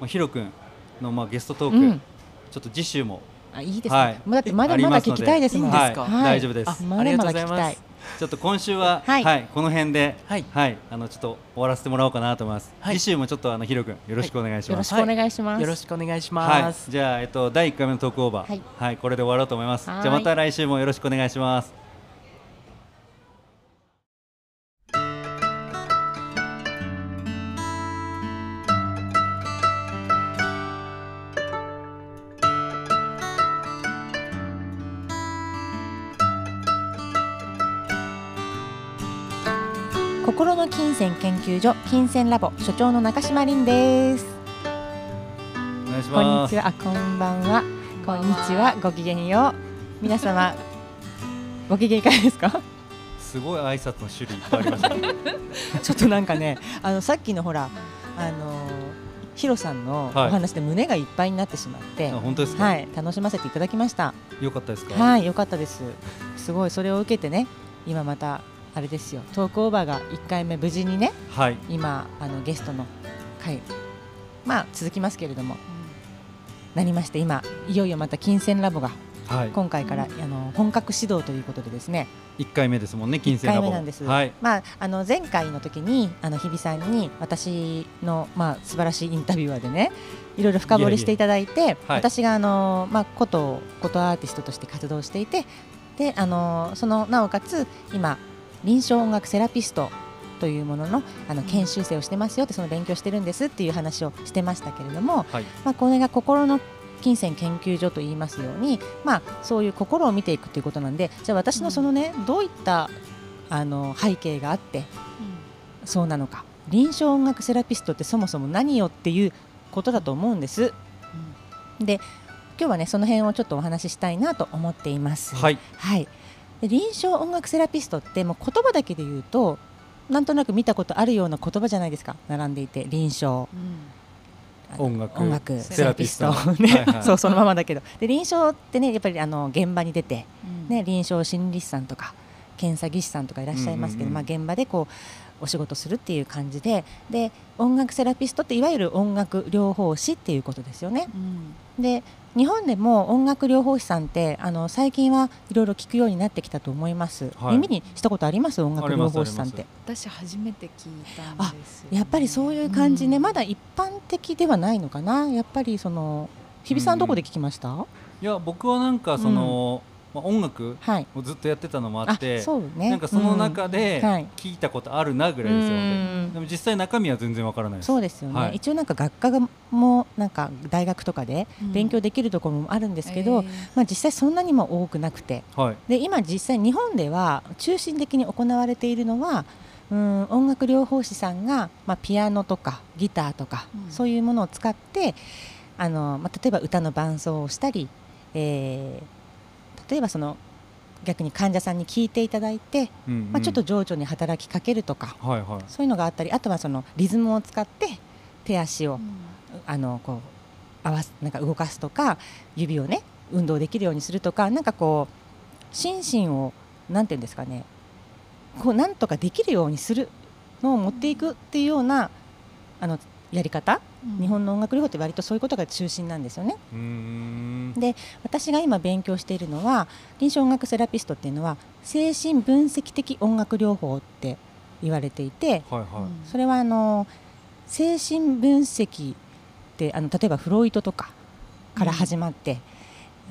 まあ、ヒロ君のまあゲストトーク、うんちょっと次週もあいいですね、はいもうだってまだまだ聞きたいですもんありますのでいいはい、んですか大丈夫であすまだまだ聞きたいありがとうござますちょっと今週は、ははいいこの辺で、はいあのちょっと終わらせてもらおうかなと思います、はい次週もちょっとあのヒロ君よろしくお願いしよろましす、くお願いします、よろしくお願いしはいます。じゃあ、えっと、第1回目のトークオーバー、ははいいこれで終わろうと思いますじはゃいあまた来週もよろしくお願いします心の金銭研究所金銭ラボ所長の中島凛ですお願いしこんまにすちはあこんばんはこんにちはごきげんよう皆様ご機嫌いかがですかすごい挨拶の種類いっぱいありました <laughs> ねちょっとなんかねあのさっきのほらあのヒロさんのおはい話で胸がいっぱいになってしまってあ本当ですか、はい、楽しませていただきました。よかったですかはい、良かったです。すごい、それを受けてね、今また、あれですよ、トークオーバーが1回目無事にね、はい今、あのゲストの回。まあ、続きますけれども、なりまして、今、いよいよまた金銭ラボが、はい今回から、あの本格始動ということでですね。一回目ですもんね、金銭ラボ。一回目なんですはい。まあ、あの前回の時に、あの日比さんに、私の、まあ、素晴らしいインタビュアーでね。いろいろ深掘りしていただいて、はい私があの、まあ、こと、ことアーティストとして活動していて。で、あの、その、なおかつ、今、臨床音楽セラピスト。というもののあの研修生をしてますよってその勉強してるんですっていう話をしてましたけれども、はい。まあ、これが心の金銭研究所と言いますように、まあ、そういう心を見ていくということなんでじゃあ私のそのね、どういったあの背景があってそうなのか臨床音楽セラピストってそもそも何よっていうことだと思うんです。で今日はねその辺をちょっとお話ししたいなと思っています。はい。はい、で臨床音楽セラピストってもう言葉だけで言うとなんとなく見たことあるような言葉じゃないですか並んでいて臨床あの音楽音楽セセララピピスストトね、はいはい <laughs> そうそのままだけどで臨床ってねやっぱりあの現場に出て、ね、臨床心理士さんとか検査技師さんとかいらっしゃいますけど、うんうんまうあ、ん現場でこうお仕事するっていう感じでで音楽セラピストっていわゆる音楽療法士っていうことですよね。で日本でも音楽療法士さんってあの最近はいろいろ聞くようになってきたと思います、はい耳にしたことあります音楽療法士さんっありて私初めて聞いたんですよね、やっぱりそういう感じね、まだ一般的ではないのかなやっぱりその日比さんどこで聞きました、いや、僕はなんか、その、まあ、音楽はいをずっとやってたのもあって。そうねなんか、その中でうんはい、聞いたことあるなぐうらいですよね。んでも、実際中身は全然わからないです。そうですよね、はい一応なんか学科がもうなんか大学とかでうん勉強できるところもあるんですけど、えーまあ、実際そんなにも多くなくてはい。で今実際日本では中心的に行われているのはうん音楽療法士さんが、まあ、ピアノとかギターとか、うんそういうものを使ってあの、まあ、例えば歌の伴奏をしたり、えー例えばその逆に患者さんに聞いていただいて、うんうんまあ、ちょっと。情緒に働きかけるとか、はい、はい。そういうのがあったりあとはそのリズムを使って手足をうんあのこう合わすなんか動かすとか指をね運動できるようにするとかなんかこう心身をなんていうんですかねこうなんとかできるようにするのを持っていくっていうようなあのやり方、日本の音楽療法って割とそういうことが中心なんですよね。うーん私が今勉強しているのは臨床音楽セラピストっていうのは精神分析的音楽療法って言われていてはいはそれはあの精神分析ってあの例えばフロイトとかから始まって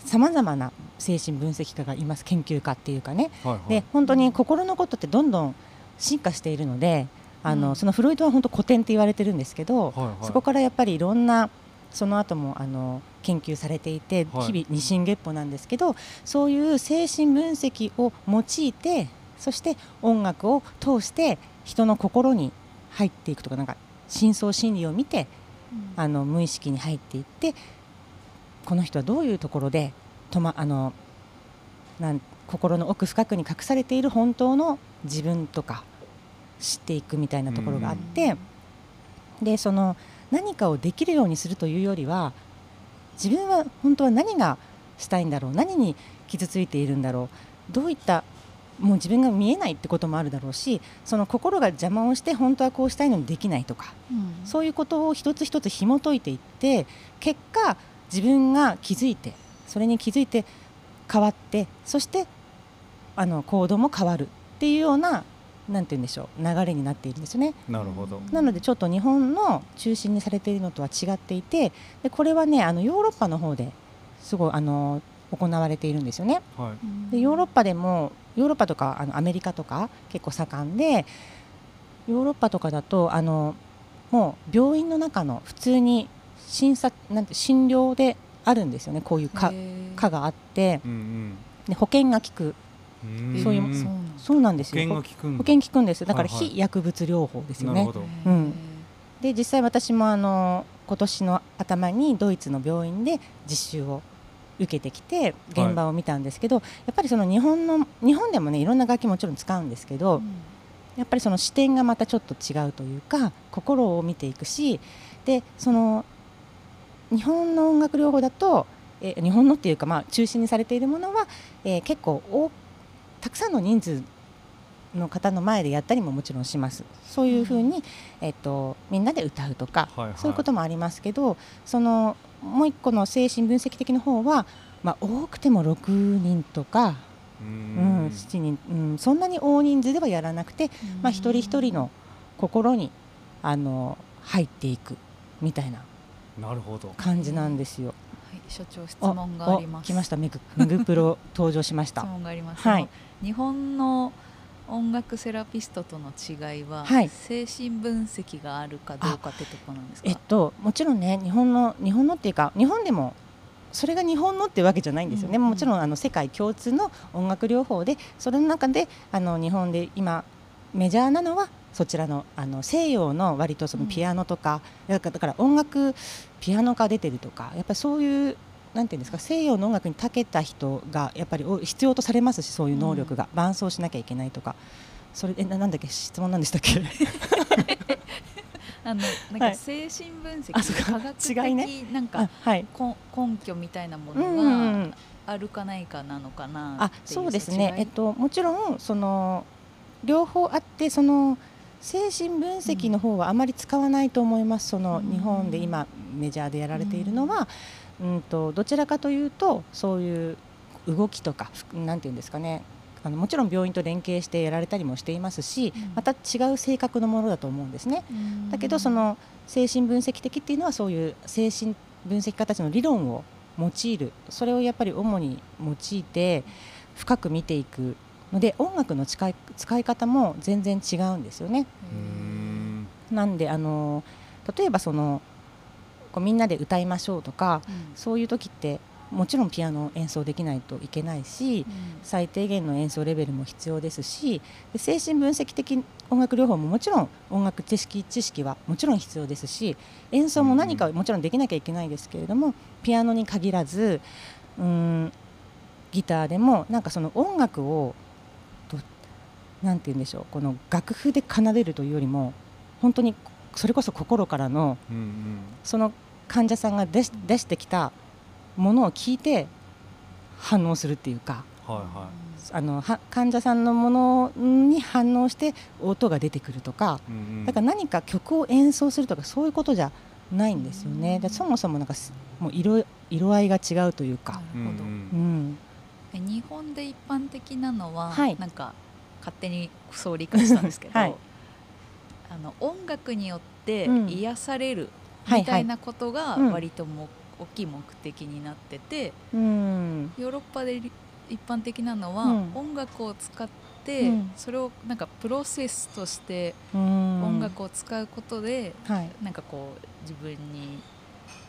さまざまな精神分析家がいます研究家っていうかねいはいはいで本当に心のことってどんどん進化しているのであの、うんそのフロイトは本当古典って言われてるんですけど、はいはいそこからやっぱりいろんなその後もあの研究されていてはい日々日進月歩なんですけど、そういう精神分析を用いてそして音楽を通して人の心に入っていくとかなんか深層心理を見てあの無意識に入っていってこの人はどういうところでと、ま、あのなん心の奥深くに隠されている本当の自分とか知っていくみたいなところがあって、でその何かをできるようにするというよりは自分は本当は何がしたいんだろう何に傷ついているんだろうどういったもう自分が見えないってこともあるだろうしその心が邪魔をして本当はこうしたいのにできないとかそういうことを一つ一つ紐解いていって結果自分が気づいてそれに気づいて変わってそしてあの行動も変わるっていうようななんて言うんでしょう流れになっているんですよね。なるほどなのでちょっと日本の中心にされているのとは違っていてでこれはねあのヨーロッパの方ですごいあの行われているんですよね。はいでヨーロッパでもヨーロッパとかあのアメリカとか結構盛んでヨーロッパとかだとあのもう病院の中の普通に診察なんて診療であるんですよねこういう科科ががあってうんで保険が効くうんーんそういうそうなんだそうなんです保険よがほ効くんだ保険効くんですだからはいはい非薬物療法ですよなるねほ。どうんで実際私もあの今年の頭にドイツの病院で実習を受けてきて現場を見たんですけど、やっぱりその日本の日本でもねいろんな楽器もちろん使うんですけど、やっぱりその視点がまたちょっと違うというか心を見ていくしでその日本の音楽療法だとえ日本のっていうか、まあ、中心にされているものは、えー結構おたくさんの人数の方の前でやったりももちろんしますそういうふうに、えっとみんなで歌うとか、はいはいそういうこともありますけどそのもう一個の精神分析的な方は、まあ、多くても6人とか、ううんん7人、うん、そんなに大人数ではやらなくてまあ、一人一人の心にあの入っていくみたいななるほど感じなんですよ。はい所長質あ問がありまおす来ましたメグメグプロ登場しまし質た。問があります、はいその日本の音楽セラピストとの違いは、はい精神分析があるかどうかってとこなんですかえっともちろんね日本の日本のっていうか日本でもそれが日本のってわけじゃないんですよね。うんうんもちろんあの世界共通の音楽療法でそれの中であの日本で今メジャーなのはそちらのあの西洋の割とそのピアノとか、だからだから音楽ピアノが出てるとかやっぱりそういうなんていうんですか西洋の音楽に長けた人がやっぱりお必要とされますしそういう能力が、伴奏しなきゃいけないとかそれでななんだっけ質問なんでしたっけあのなんはかい精神分析、あそうか科学的違いなんか、あ <laughs> はい。こん根拠みたいなもうんのうんうんがあるかないかなのかなあっていそうです違ね、いえっと、もちろんその両方あってその精神分析の方はあまり使わないと思います、そのうん日本で今メジャーでやられているのは、うん、とどちらかというとそういう動きとかふなんていうんですかねあのもちろん病院と連携してやられたりもしていますし、うんまた違う性格のものだと思うんですね。うんだけどその精神分析的っていうのはそういう精神分析家たちの理論を用いるそれをやっぱり主に用いて深く見ていくので音楽の使い使い方も全然違うんですよね。うーんなんであの例えばそのこうみんなで歌いましょうとかうんそういう時ってもちろんピアノを演奏できないといけないし、最低限の演奏レベルも必要ですしで精神分析的音楽療法ももちろん音楽知識知識はもちろん必要ですし演奏も何かうもちろんできなきゃいけないですけれども、ピアノに限らずうーんギターでもなんかその音楽をどなんて言うんでしょうこの楽譜で奏でるというよりも本当にそれこそ心からのうんうんその患者さんが出し出してきたものを聞いて反応するっていうか。はいはあのは患者さんのものに反応して音が出てくるとかい、うんうんだから何か曲を演奏するとかそういうことじゃないんですよねでそもそもなんかすもう色色合いが違うというか、うなんうるほど、うんん、え日本で一般的なのは、はいなんか勝手にそう理解したんですけ <laughs> ど、はいあの音楽によってうん癒されるはいみはたいい、なことがうん割とも、大きい目的になっててうん、ヨーロッパでり一般的なのは、うん音楽を使って、うんそれをなんかプロセスとして音音楽を使うことで、はい、なんかこう自分に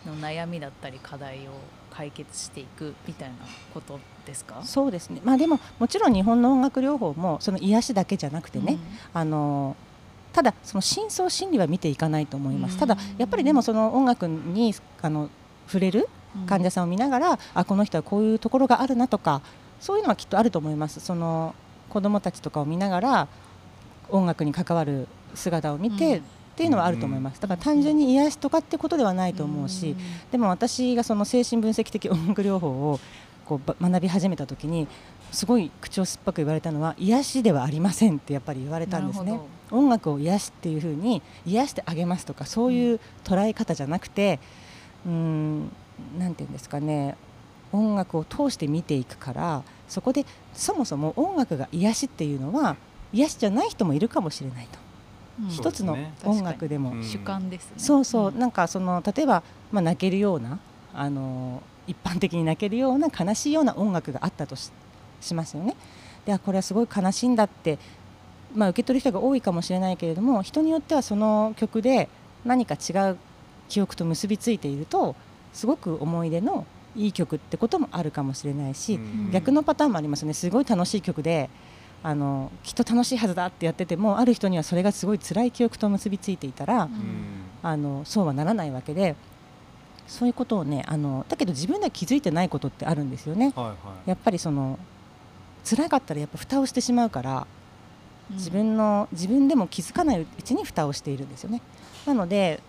の悩みだったり課題を解決していくみたいなことですかそうですね、まあ、でももちろん日本の音楽療法もその癒しだけじゃなくてね、あのただその真相心理は見ていかないと思います、うんただやっぱりでもその音楽にあの触れるうん患者さんを見ながら、あこの人はこういうところがあるなとかそういうのはきっとあると思いますその子どもたちとかを見ながら音楽に関わる姿を見て、うんっていうのはあると思います、だから単純に癒しとかってことではないと思うし、でも私がその精神分析的音楽療法をこうば学び始めた時にすごい口を酸っぱく言われたのは癒しではありませんってやっぱり言われたんですね。音楽を癒しっていうふうに癒してあげますとかそういう捉え方じゃなくてうーんなんていうんですかね音楽を通して見ていくからそこでそもそも音楽が癒しっていうのは癒しじゃない人もいるかもしれないと、うんそう一つの音楽でもうん主観ですねそうそう、んなんかその例えば、まあ、泣けるようなあの一般的に泣けるような悲しいような音楽があったとししますよね。であこれはすごい悲しいんだって、まあ、受け取る人が多いかもしれないけれども人によってはその曲で何か違う記憶と結びついているとすごく思い出のいい曲ってこともあるかもしれないし、うん逆のパターンもありますねすごい楽しい曲であのきっと楽しいはずだってやっててもある人にはそれがすごい辛い記憶と結びついていたら、ううんんあのそうはならないわけでそういうことをねあのだけど自分では気づいてないことってあるんですよねはいはいやっぱりその辛かったらやっぱ蓋をしてしまうからうん自分の自分でも気づかないうちに蓋をしているんですよねなので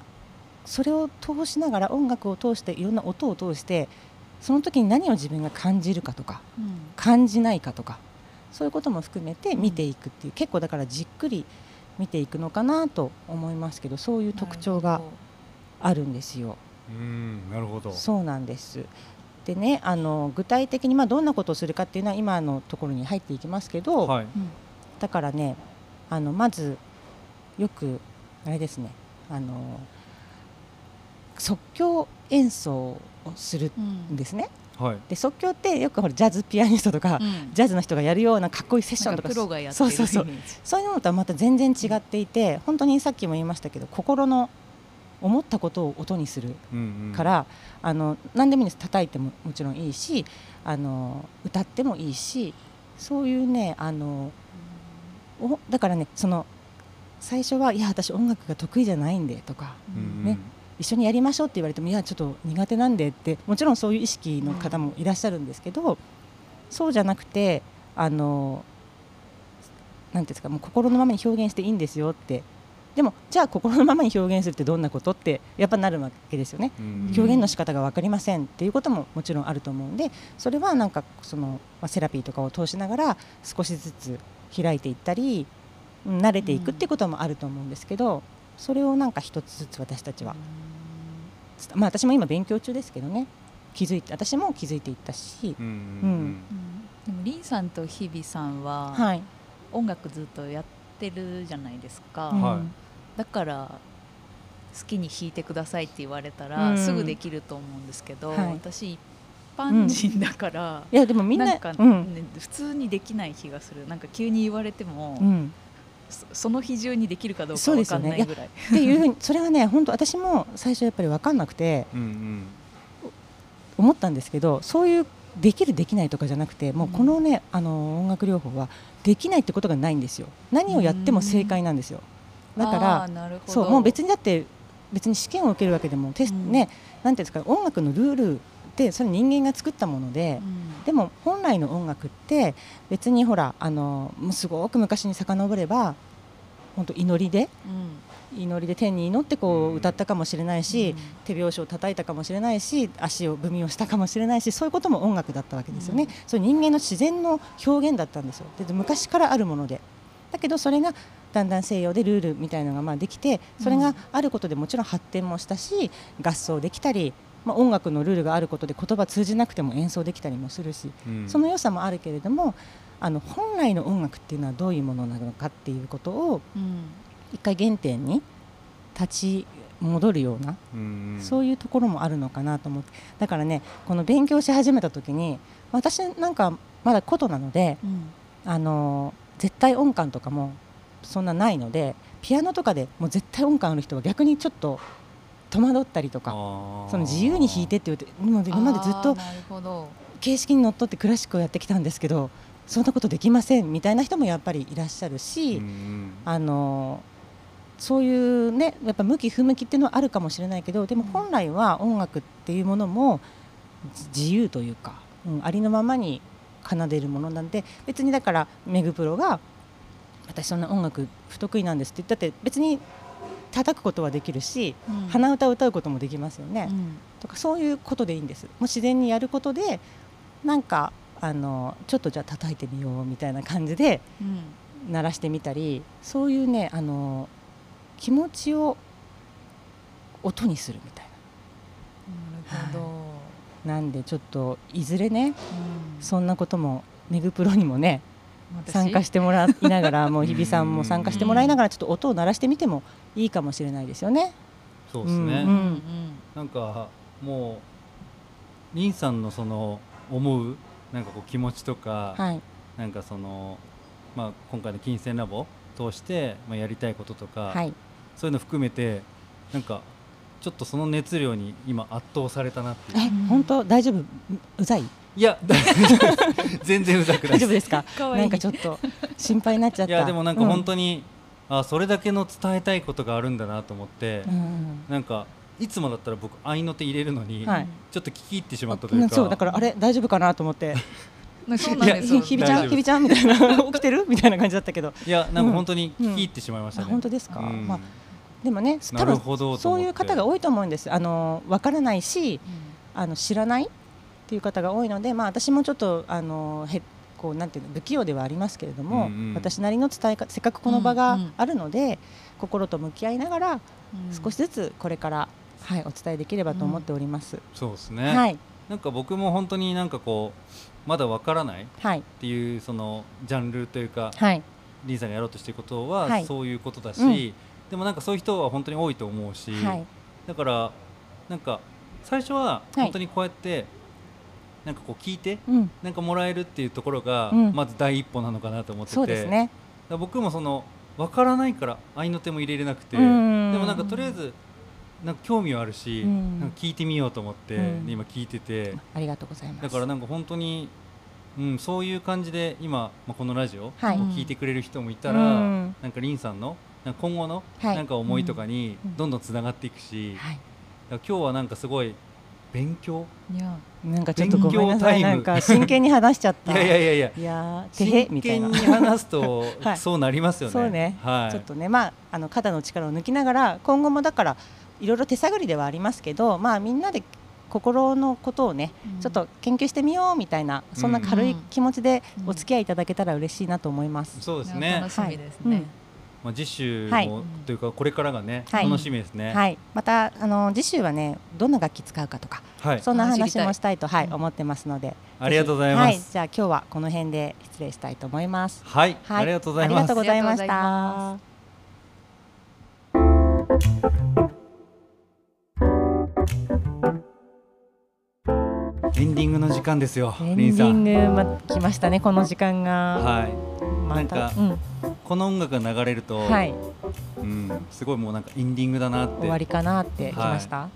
それを通しながら音楽を通していろんな音を通してその時に何を自分が感じるかとかうん感じないかとかそういうことも含めて見ていくっていう結構だからじっくり見ていくのかなと思いますけどそういう特徴があるんですよ。うんなるほどそうなんですでねあの具体的にまあどんなことをするかっていうのは今のところに入っていきますけど、はいだからねあのまずよくあれですねあの即興演奏をするうんんですね。はいで即興ってよくほらジャズピアニストとか、うんジャズの人がやるようなかっこいいセッショなンんとかかプロがやってそるうそうそうイメージそういうのとはまた全然違っていて本当にさっきも言いましたけど心の思ったことを音にするうんうんから、あの何でもいいんです叩いてももちろんいいしあの歌ってもいいしそういうねあのおだからねその最初はいや私音楽が得意じゃないんでとかううんんね一緒にやりましょうって言われてもいやちょっと苦手なんでってもちろんそういう意識の方もいらっしゃるんですけど、そうじゃなくてあのなんていうんですかもう心のままに表現していいんですよってでもじゃあ心のままに表現するってどんなことってやっぱなるわけですよね。うん表現の仕方が分かりませんっていうことももちろんあると思うんでそれはなんかそのまあセラピーとかを通しながら少しずつ開いていったりうん慣れていくってこともあると思うんですけどそれをなんか一つずつ私たちは、つまあ、私も今勉強中ですけどね気づいて私も気づいていったしうんうんでもリンさんと日比さんははい、音楽ずっとやってるじゃないですうかんはいだから好きに弾いてくださいって言われたらうんすぐできると思うんですけどはい私一般人だからいやでもみんななんかうんね普通にできない気がするなんか急に言われてもうん、そその日中にできるかどうかそうでわすよかんねないぐらい。っていうふうにそれはね本当私も最初やっぱり分かんなくてうんうん思ったんですけどそういうできるできないとかじゃなくてもうこのね、あの音楽療法はできないってことがないんですよ何をやっても正解なんですよだかららそうもう別ににだって別に試験を受けるわけでもテスト、うんねなんていうんですか音楽のルールってそれ人間が作ったもので、でも本来の音楽って別にほらあのもうすごく昔に遡れば本当祈りでうん祈りで天に祈ってこう歌ったかもしれないし、うん手拍子を叩いたかもしれないし足を踏みをしたかもしれないしそういうことも音楽だったわけですよね、うんそういう人間の自然の表現だったんですよで昔からあるものでだけどそれがだんだん西洋でルールみたいのがまあできてそれがあることでもちろん発展もしたし合奏できたり、まあ、音楽のルールがあることで言葉通じなくても演奏できたりもするしうんその良さもあるけれどもあの本来の音楽っていうのはどういうものなのかっていうことをうん一回原点に立ち戻るようなうんそういうところもあるのかなと思ってだからねこの勉強し始めた時に私なんかまだことなのでうんあの絶対音感とかもそんなないのでピアノとかでもう絶対音感ある人は逆にちょっと戸惑ったりとかあーその自由に弾いてって言って今今までずっあーとなるほど形式にのっとってクラシックをやってきたんですけどそんなことできませんみたいな人もやっぱりいらっしゃるし。うんあのそういうねやっぱ向き不向きっていうのはあるかもしれないけどでも本来は音楽っていうものもじ自由というか、うん、ありのままに奏でるものなんで別にだからメグプロが「私そんな音楽不得意なんです」って言ったって別に叩くことはできるしうん鼻歌を歌うこともできますよね、うんとかそういうことでいいんですもう自然にやることでなんかあのちょっとじゃあ叩いてみようみたいな感じでうん鳴らしてみたりそういうねあの気持ちを音にするみたいなるほど、ななんでちょっといずれねうんそんなこともメグプロにもね私参加してもらいなが <laughs> らもう日比さんも参加してもらいながらちょっと音を鳴らしてみてもいいかもしれないですよね。そうですね、うんうんうんなんかもうリンさんのその思うなんかこう気持ちとか、はい、なんかそのまあ今回の金銭ラボ通してまあやりたいこととか、はい、 <laughs> そういうの含めてなんかちょっとその熱量に今圧倒されたなっていうえ本当大丈夫ううざいいや <laughs> 全然うざくな大い丈夫ですかかわいいなんかちょっと心配になっちゃっいたやでもなんか本当当に、あそれだけの伝えたいことがあるんだなと思って、うんうんなんかいつもだったら僕合いの手入れるのに、はいちょっと聞き入ってしまったとういうんかそうだからあれ大丈夫かなと思ってうんそういなんやですよひひびちゃ大丈ん夫ひびちゃんみたいな <laughs> 起きてるみたいな感じだったけどいやなんか本当に聞き入ってしまいましあたね、本当ですか、うんまあ、でもねな多る分ほどと思ってそういう方が多いと思うんですあの分からないしあの知らないっていう方が多いので、まあ、私もちょっとあのへこうなんていうの不器用ではありますけれども、うんうん私なりの伝え方せっかくこの場がうんうんあるので、心と向き合いながらうん少しずつこれから、はい、お伝えできればと思っております。そうですね、はい、なんか僕も本当になんかこうまだわからないっはい、ていうそのジャンルというか、はい、リンさんがやろうとしていることは、はいそういうことだし、うんでもなんかそういう人は本当に多いと思うし、はい、だからなんか最初は本当にこうやって、なんかこう聞いてうん、なんかもらえるっていうところが、うんまず第一歩なのかなと思っててそうですだね。から僕もそのわからないから愛の手も入れれなくて、うんでもなんかとりあえずなんか興味はあるし、うんなんか聞いてみようと思って、うんで今聞いててありがとうございます。だからなんか本当に、うん、そういう感じで今、まあ、このラジオをはい聞いてくれる人もいたら、うんなんかリンさんのなんか今後のはいなんか思いとかにうんどんどんつながっていくし、はい、だから今日はなんかすごい勉強いやなんかちょっとごめんなさい、勉強タなイムんか真剣に話しちゃっ <laughs> いた。やいやいやいやいやー、てへ真みたい剣な。に話すと <laughs> はいそうなりますよね。そうねはい、ちょっとね、まあ、あの肩の力を抜きながら今後もだからいろいろ手探りではありますけど、まあ、みんなで心のことをね、うんちょっと研究してみようみたいなそんな軽い気持ちでうんお付き合いいただけたら嬉しいなと思います。そうですいやね楽。しみですね、はいうんまあ次週も、はいというかこれからがね、はい楽しみですね。はい、またあの次週はねどんな楽器使うかとかはい、そんなあ知り話たいもしたいと、はいうん思ってますのでありがとうございますぜひはい、じゃあ今日はこの辺で失礼したいと思います。はい、はいありがとうござあいりますがとう。ございましありがとうございたま。エンディングの時間ですよ、エンリデンさィンん。グま来ましたねこの時間が。はまたなんかうんい、この音楽が流れると、はい、うん、すごいもうなんかエンディングだなって、終わりかなってきました。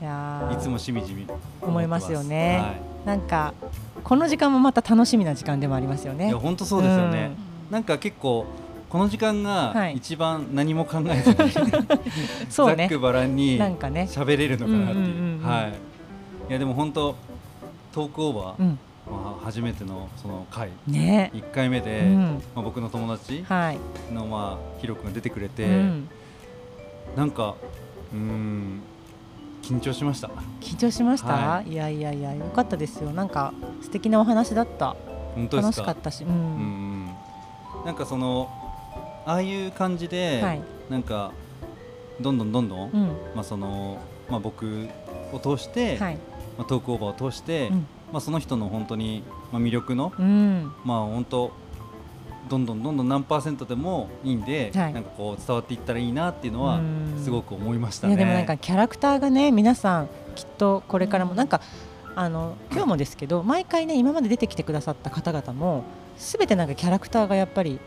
い、やーいつもしみじみ思って思いますよねはいなんかこの時間もまた楽しみな時間でもありますよいねや。本当そうですよね、うんなんか結構この時間はがい一番何も考えずに、 <laughs> そうざっねく。ばらんになんかね。喋れるのかなっていう,、うんうんうんうんはいいやでも本当トークオーバうーん。まあ、初めてのその回ね、 1回目で、うんまあ、僕の友達はい、の、まあ、ヒロ君が出てくれて、うん、なんかうーん緊張しました緊張しました、、はいやいやいやよかったですよなんか素敵なお話だった本当で楽すしかかったし、ううんんうんなんかそのああいう感じで、はい、なんかどんどんどんどん、うんまあそのまあ、僕を通して、はい、まあ、トークオーバーを通して、うんまあ、その人の本当に、まあ、魅力の、うん、まあ、本当どんどんどんどん何パーセントでもいいんで、はいなんかこう伝わっていったらいいなっていうのはうんすごく思いましたいね。やでもなんかキャラクターがね皆さんきっとこれからもうんなんかあの今日もですけど毎回ね今まで出てきてくださった方々も全てなんかキャラクターがやっぱり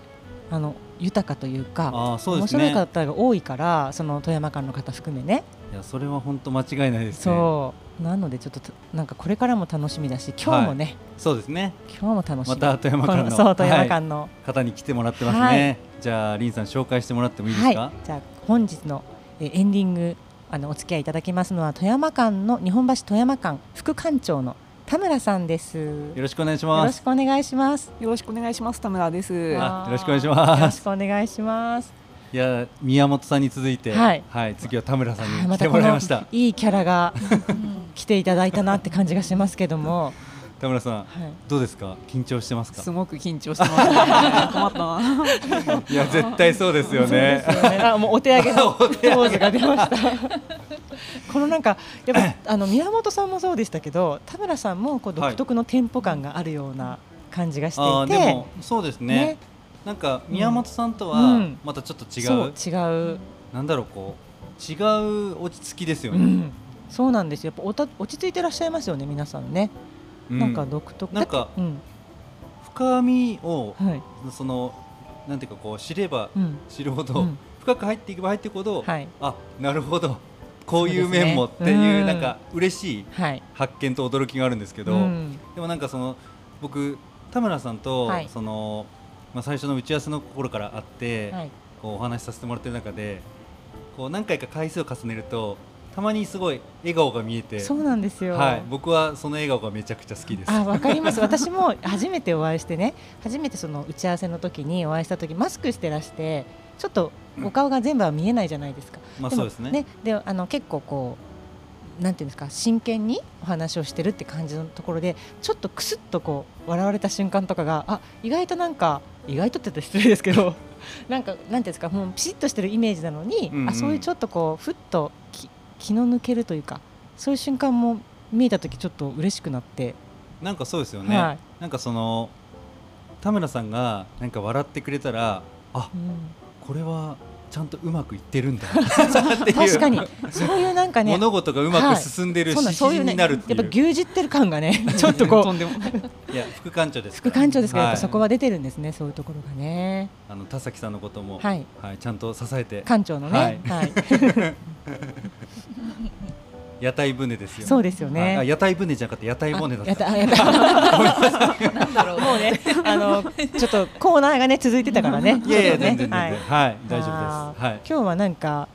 あの豊かというかああそうで面す白いね。方が多いからその富山間の方含めねいやそれは本当間違いないですね。そうなのでちょっとたなんかこれからも楽しみだし今日もね、そうですね。今日も楽しみまた富山からこのそう富山は間いの、は方に来てもらってますね。じゃあリンさん紹介してもらってもいいですか。じゃあ本日のえーエンディングあのお付き合いいただきますのは富山間の日本橋富山間副館長の田村さんですよよろしくお願いしろましす。くお願いしますよろしくお願いします。田村です。 <laughs> ああーよろしくお願いしますよろしくお願いしますいや宮本さんに続いて、はい次は田村さんあーに来てもらいました。いいキャラがうん来ていただいたなって感じがしますけ <laughs> ども、田村さんはい、どうですか緊張してますすか。ごく緊張してます、ね。困ったな。いや絶対そうですよね。そうですよねあもうお手上げのポーズが出ましたこのなんかやっ <laughs> ぱあの宮本さんもそうでしたけど田村さんもこうはい独特のテンポ感があるような感じがしてああいて、でもそうですねねなんか宮本さんとうはんまたちょっと違う,、そう違う、なんだろうこう違う落ち着きですようね、ん、そうなんですよやっぱおた落ち着いてらっしゃいますよね皆さんね、うんなんか独特なんかうん深みをはいそのなんていうかこう知ればうん知るほど、うん深く入っていけば入っていくほど、はいあなるほどこういうそうですね面もっていううんなんか嬉しいはい発見と驚きがあるんですけど、うんでもなんかその僕田村さんと、はいそのまあ、最初の打ち合わせの頃からあって、はい、こうお話しさせてもらってる中でこう何回か回数を重ねるとたまにすごい笑顔が見えて、そうなんですよ、はい、僕はその笑顔がめちゃくちゃ好きです。あわかります私も初めてお会いしてね初めてその打ち合わせの時にお会いした時マスクしてらしてちょっとお顔が全部は見えないじゃないですか、まあもそうですねであの結構こうなんていうんですか真剣にお話をしてるって感じのところでちょっとクスッとこう笑われた瞬間とかがあ意外となんか意外とって言ったら失礼ですけど <laughs> なんかなんていうんですかもうピシッとしてるイメージなのに、うんうんあそういうちょっとこうふっとき気の抜けるというかそういう瞬間も見えた時ちょっと嬉しくなって、なんかそうですよね、はいなんかその田村さんがなんか笑ってくれたらあうんこれはちゃんとうまくいってるん <laughs> だっていう確かにそういうなんか <laughs> ね物事がうまく進んでるそう指なんそうい針うねになるってやいっぱう,、牛耳ってる感 <laughs> がねちょっとことうんでもない。いや副館長ですから副館長ですからやっぱそはいこは出てるんですね、そういうところがねあの田崎さんのことも、ははいいちゃんと支えて館長のねははいい、屋台船ですよそうですよはいあね屋台船じゃなくて屋台あ骨だやっったたあやった <laughs> な <laughs> んだろうもうねあのちょっとコーナーがね続いてたからね <laughs> いやいや全ちょ然全然っとねはい、はい大丈夫ですはい今日はなんか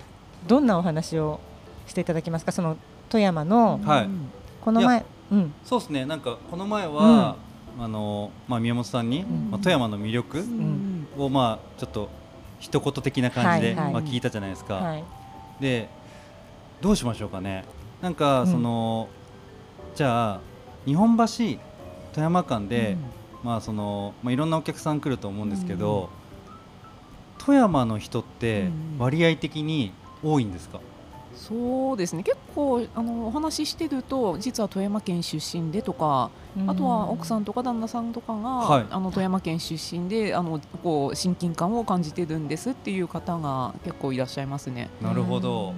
どんなお話をしていただけますかその富山のはいうんこの前うんそうですねなんかこの前は、あのまあ宮本さんに、んまあ、富山の魅力うんをまあちょっと一言的な感じで、はいはいまあ聞いたじゃないですか、はいでどうしましょうかねなんかうんその、じゃあ日本橋富山間で、まあそのまあ、いろんなお客さん来ると思うんですけど、富山の人ってうん割合的に多いんですか、そうですね。結構あのお話ししてると、実は富山県出身でとか、あとは奥さんとか旦那さんとかが、はいあの富山県出身で、あのこう親近感を感じてるんですっていう方が結構いらっしゃいますね。なるほど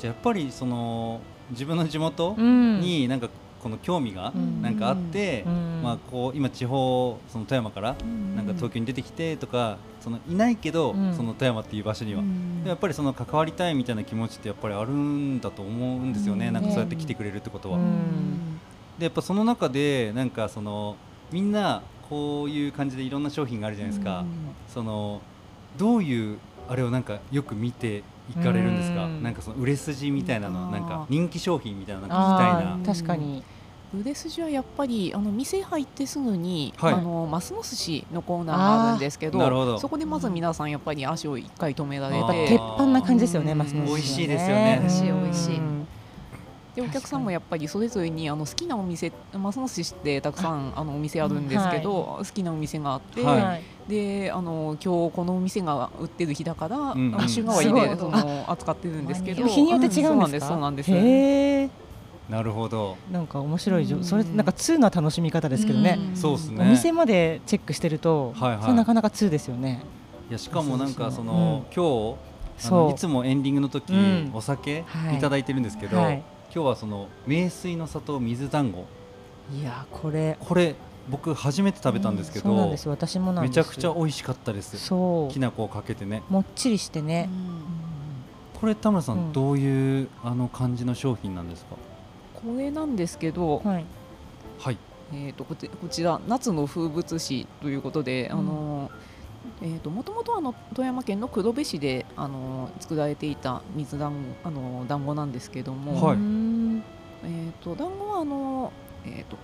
じゃあやっぱりその自分の地元うんになんかこの興味がうんなんかあって、うんまあ、こう今地方その富山からなんか東京に出てきてとかそのいないけど、うんその富山っていう場所には、うんやっぱりその関わりたいみたいな気持ちってやっぱりあるんだと思うんですよね、うんなんかそうやって来てくれるってことは。うんでやっぱその中でなんかそのみんなこういう感じでいろんな商品があるじゃないですか、そのどういうあれをなんかよく見ていかれるんですか、うんなんかその売れ筋みたいなのうんなんか人気商品みたいなのなんか聞きたいあなー確かに腕筋はやっぱりあの店入ってすぐに、はいあのマスモ寿司のコーナーがあるんですけどあーなるほどそこでまず皆さんやっぱり足を一回止められあーて鉄板な感じですよね、うんマスの美味しいですよね美味しい美味しいうんでお客さんもやっぱりそれぞれにあの好きなお店マスモ寿司ってたくさんあのお店あるんですけど、好きなお店があって、はいはいであの今日このお店が売ってる日だから、うんあの週替わりすごいでその扱ってるんですけでども日によって違うんですか、そうなんですそうなんですへえなるほどなんか面白いじょうんそれなんか2な楽しみ方ですけどね、うんそうですねお店までチェックしてると、はいはいそれなかなか2ですよねいやしかもなんかそそうそうの今日あそのういつもエンディングの時うんお酒はいいただいてるんですけどは今い日はその名水の里水団子いやーこれこれ僕初めて食べたんですけそうなんどです私もなんめですちゃくちゃ美味しかったですそきな粉をかけてねうもっちりしてね、これ田村さうんんどういうあの感じの商品なんですかこれなんですけど、はいはいえー、とこちこちら夏の風物詩ということで、あのえー、ともともとあの富山県の黒部市であの作られていた水団子あの団子なんですけども、はいうんえー、と団子はあの、えー、と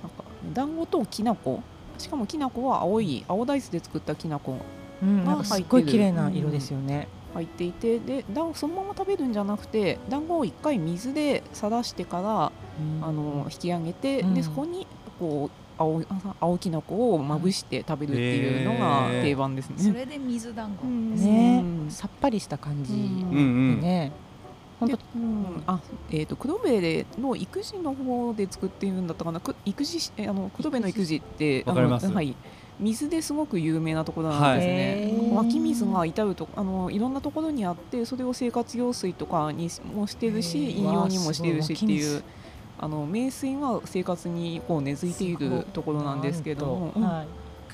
なんか団子ときな粉しかもきな粉は青い青大豆で作ったきな粉がうん、なんかすっごい入っ綺てる麗な色ですよね、入っていてで団子そのまま食べるんじゃなくて団子を一回水でさらしてからうんあの引き上げて、うんでそこにこう青青きな粉をまぶして食べるっていうのがへー定番ですね。それで水団子ですね、ね。うんさっぱりした感じ、うんううんね本当でうん、あ、えっ、と黒部の育児の方で作っているんだったかな。く育児しえあの黒部の育児ってわかりますあのはい。水ですごく有名なところなんですね。はいへー湧き水が至るとあのいろんなところにあって、それを生活用水とかにもしてるへし、ー飲用にもしてるしってわあすごい湧きいう水。あの名水が生活にこう根付いていすごいるところなんですけども、うんは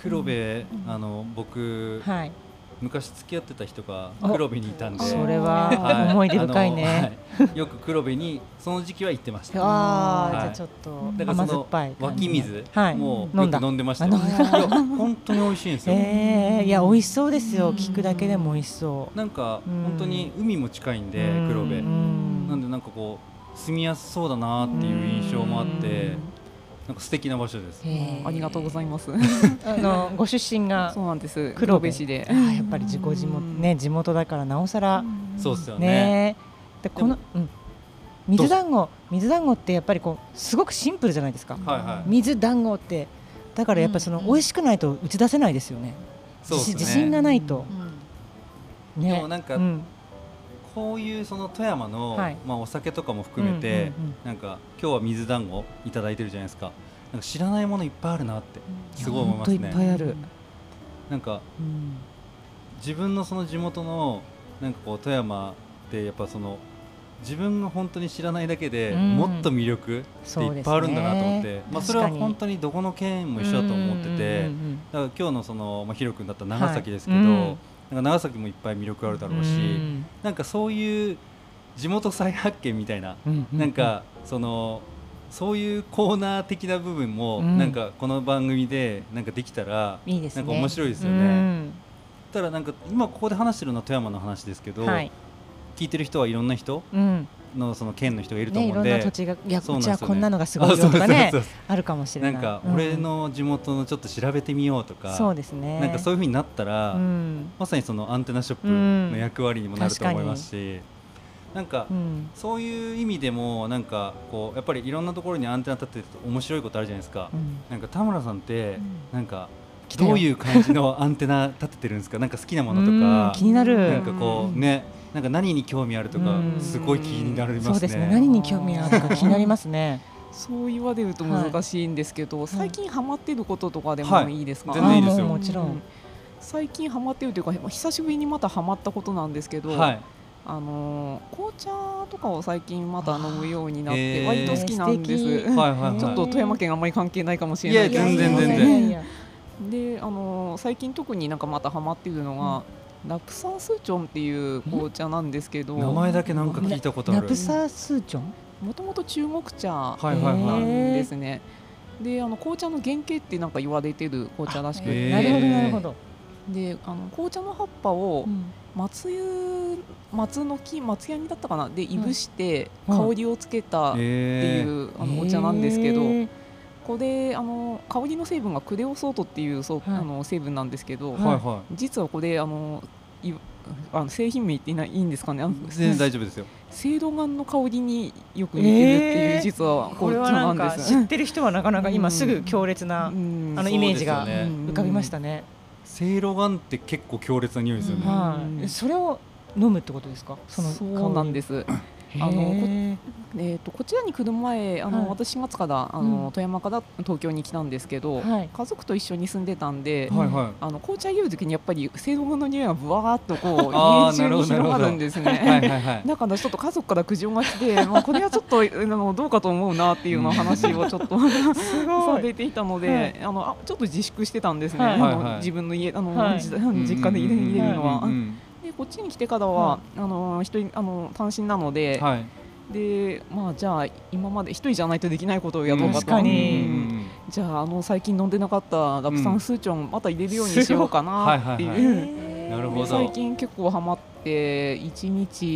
黒部うんあの僕い、はい、昔付き合ってた人がお黒部にいたんでそれはは思い出深いね。あのはいよく黒部にその時期は行ってましたあはあ、いじゃあちょっとだから甘そ酸っのぱい感湧じき水はいもう飲よんだく飲んでましたよあいや飲ん本当に美味しいんですよ <laughs> ええいや美味しそうですようん聞くだけでも美味しそなんかうん本当に海も近いんうで黒部うんなんでなんかこう住みやすそうだなっていう印象もあってなんか素敵な場所ですへーありがとうございます。あのご出身が <laughs> そうなんです。黒部黒部市であ。ーやっぱり自己地元ね地元だからなおさらそうですよねねでこのうん水団子水団子ってやっぱりこうすごくシンプルじゃないですかはいはい水団子ってだからやっぱりそのうん美味しくないと打ち出せないですよねそうですね自信がないとうんねでもなんかうんこういうその富山のはいまあお酒とかも含めてうんうんうんなんか今日は水団子いただいてるじゃないですかなんか知らないものいっぱいあるなってすごい思いますやね本当いっぱいある、なんかうん自分のその地元のなんかこう富山ってやっぱその自分が本当に知らないだけで、うんもっと魅力っていっぱいあるんだなと思っそうてですねまあ、それは確かに本当にどこの県も一緒だと思ってて、うんうんうんうんだから今日のその、まあ、ヒロ君だったら長崎ですけど、はいうんなんか長崎もいっぱい魅力あるだろうし、うんなんかそういう地元再発見みたいな、うんうなんかそのそういうコーナー的な部分も、うんなんかこの番組でなんかできたら、いいですなねんか面白いですよね。ただなんか今ここで話してるのは富山の話ですけうど、んはい、聞いてる人はいろんな人うん、のその県の人がいるとねい思うろんんで、な土地がいやそうこなんですっちよねはこんなのがすあごいよとかねそうそうそうそあるかもしうれなないんかうん俺の地元のちょっと調べてみようとか、そうですねなんかそういいううふうになったら、んまさにそのアンテナショップの役割にもなると思いますし、なんかうんそういう意味でもなんかこうやっぱりいろんなところにアンテナ立ってると面白いことあるじゃないですか。うんなんか田村さんってなんか来たよどういう感じのアンテナ立ててるんですか。なんか好きなものとうんか。気になるなんかこうね、なんか何に興味あるとかうん、すごい気になりますね。そうですね何に興味あるか気になりますねそう言われると難しいんですけど、最近ハマってることとかではもいいいですか、全然いいですよあーもうもちろん、うん最近ハマってるというかまあ久しぶりにまたハマったことなんですけど、はい。あのー紅茶とかを最近また飲むようになっあーて割と好きなんです、えー素敵はいはいはい。ちょっと富山県あんまり関係ないかもし <laughs> れいなやいです全然すいません全然いやいやいやで、あのー最近特になんかまたハマってるのが、ラプサンスーチョンっていう紅茶なんですけど名前だけなんか聞いたことあナるプ。サースーチョンもともと中国茶はいはいなはへい。んですね。であの紅茶の原型ってなんか言われてる紅茶らしくて、えーなるほどなるほどであの紅茶の葉っぱをうん松湯松の木松ヤニだったかなでいぶしてうん香りをつけたっていえー、うあのお茶なんですけど、へーこれあの香りの成分がクレオソートっていうそう、はいあの成分なんですけど、はいは実はこれあのいあの製品名言っていないいいんですかねあのい全然大丈夫ですよ青銅眼の香りによく似てるってえいーう実はこ紅れは茶ななんんかです。知ってる人はなかなか今すぐ強烈なうんあのそうイメージがですよねうん浮かびましたね。せいろがんって結構強烈な匂いですよね、うんはうい。んそれを飲むってことですか。その。そうなんですす。ああのこのえっとこちらに来る前あの、はい私4月からあの、うん富山から東京に来たんですけはど、い家族と一緒に住んでたんで、はいはい、あの紅茶入れる時にやっぱり青銅の匂いがぶわーっとこう <laughs> あー家中に広がるんですはいはね。いはいはいだからちょっと家族から苦情が来て、まあ、これはちょっとあのどうかと思うなっていうような話をちょっ <laughs> とすさごい。れていたので、はいあのあちょっと自粛してたんですね、はいあのはいはい自分の家あの、はいじ実家で入れ入れるのは。うんうんでこっちに来てからは、あの一人あの単身なのうでん、はいでまあじゃあ今まで一人じゃないとできないことをやろうかと、確かにうんじゃああの最近飲んでなかったラプサンスーチョンまた入れるようにしようかなっていう、すごいはへーなるほでど最近結構ハマって1日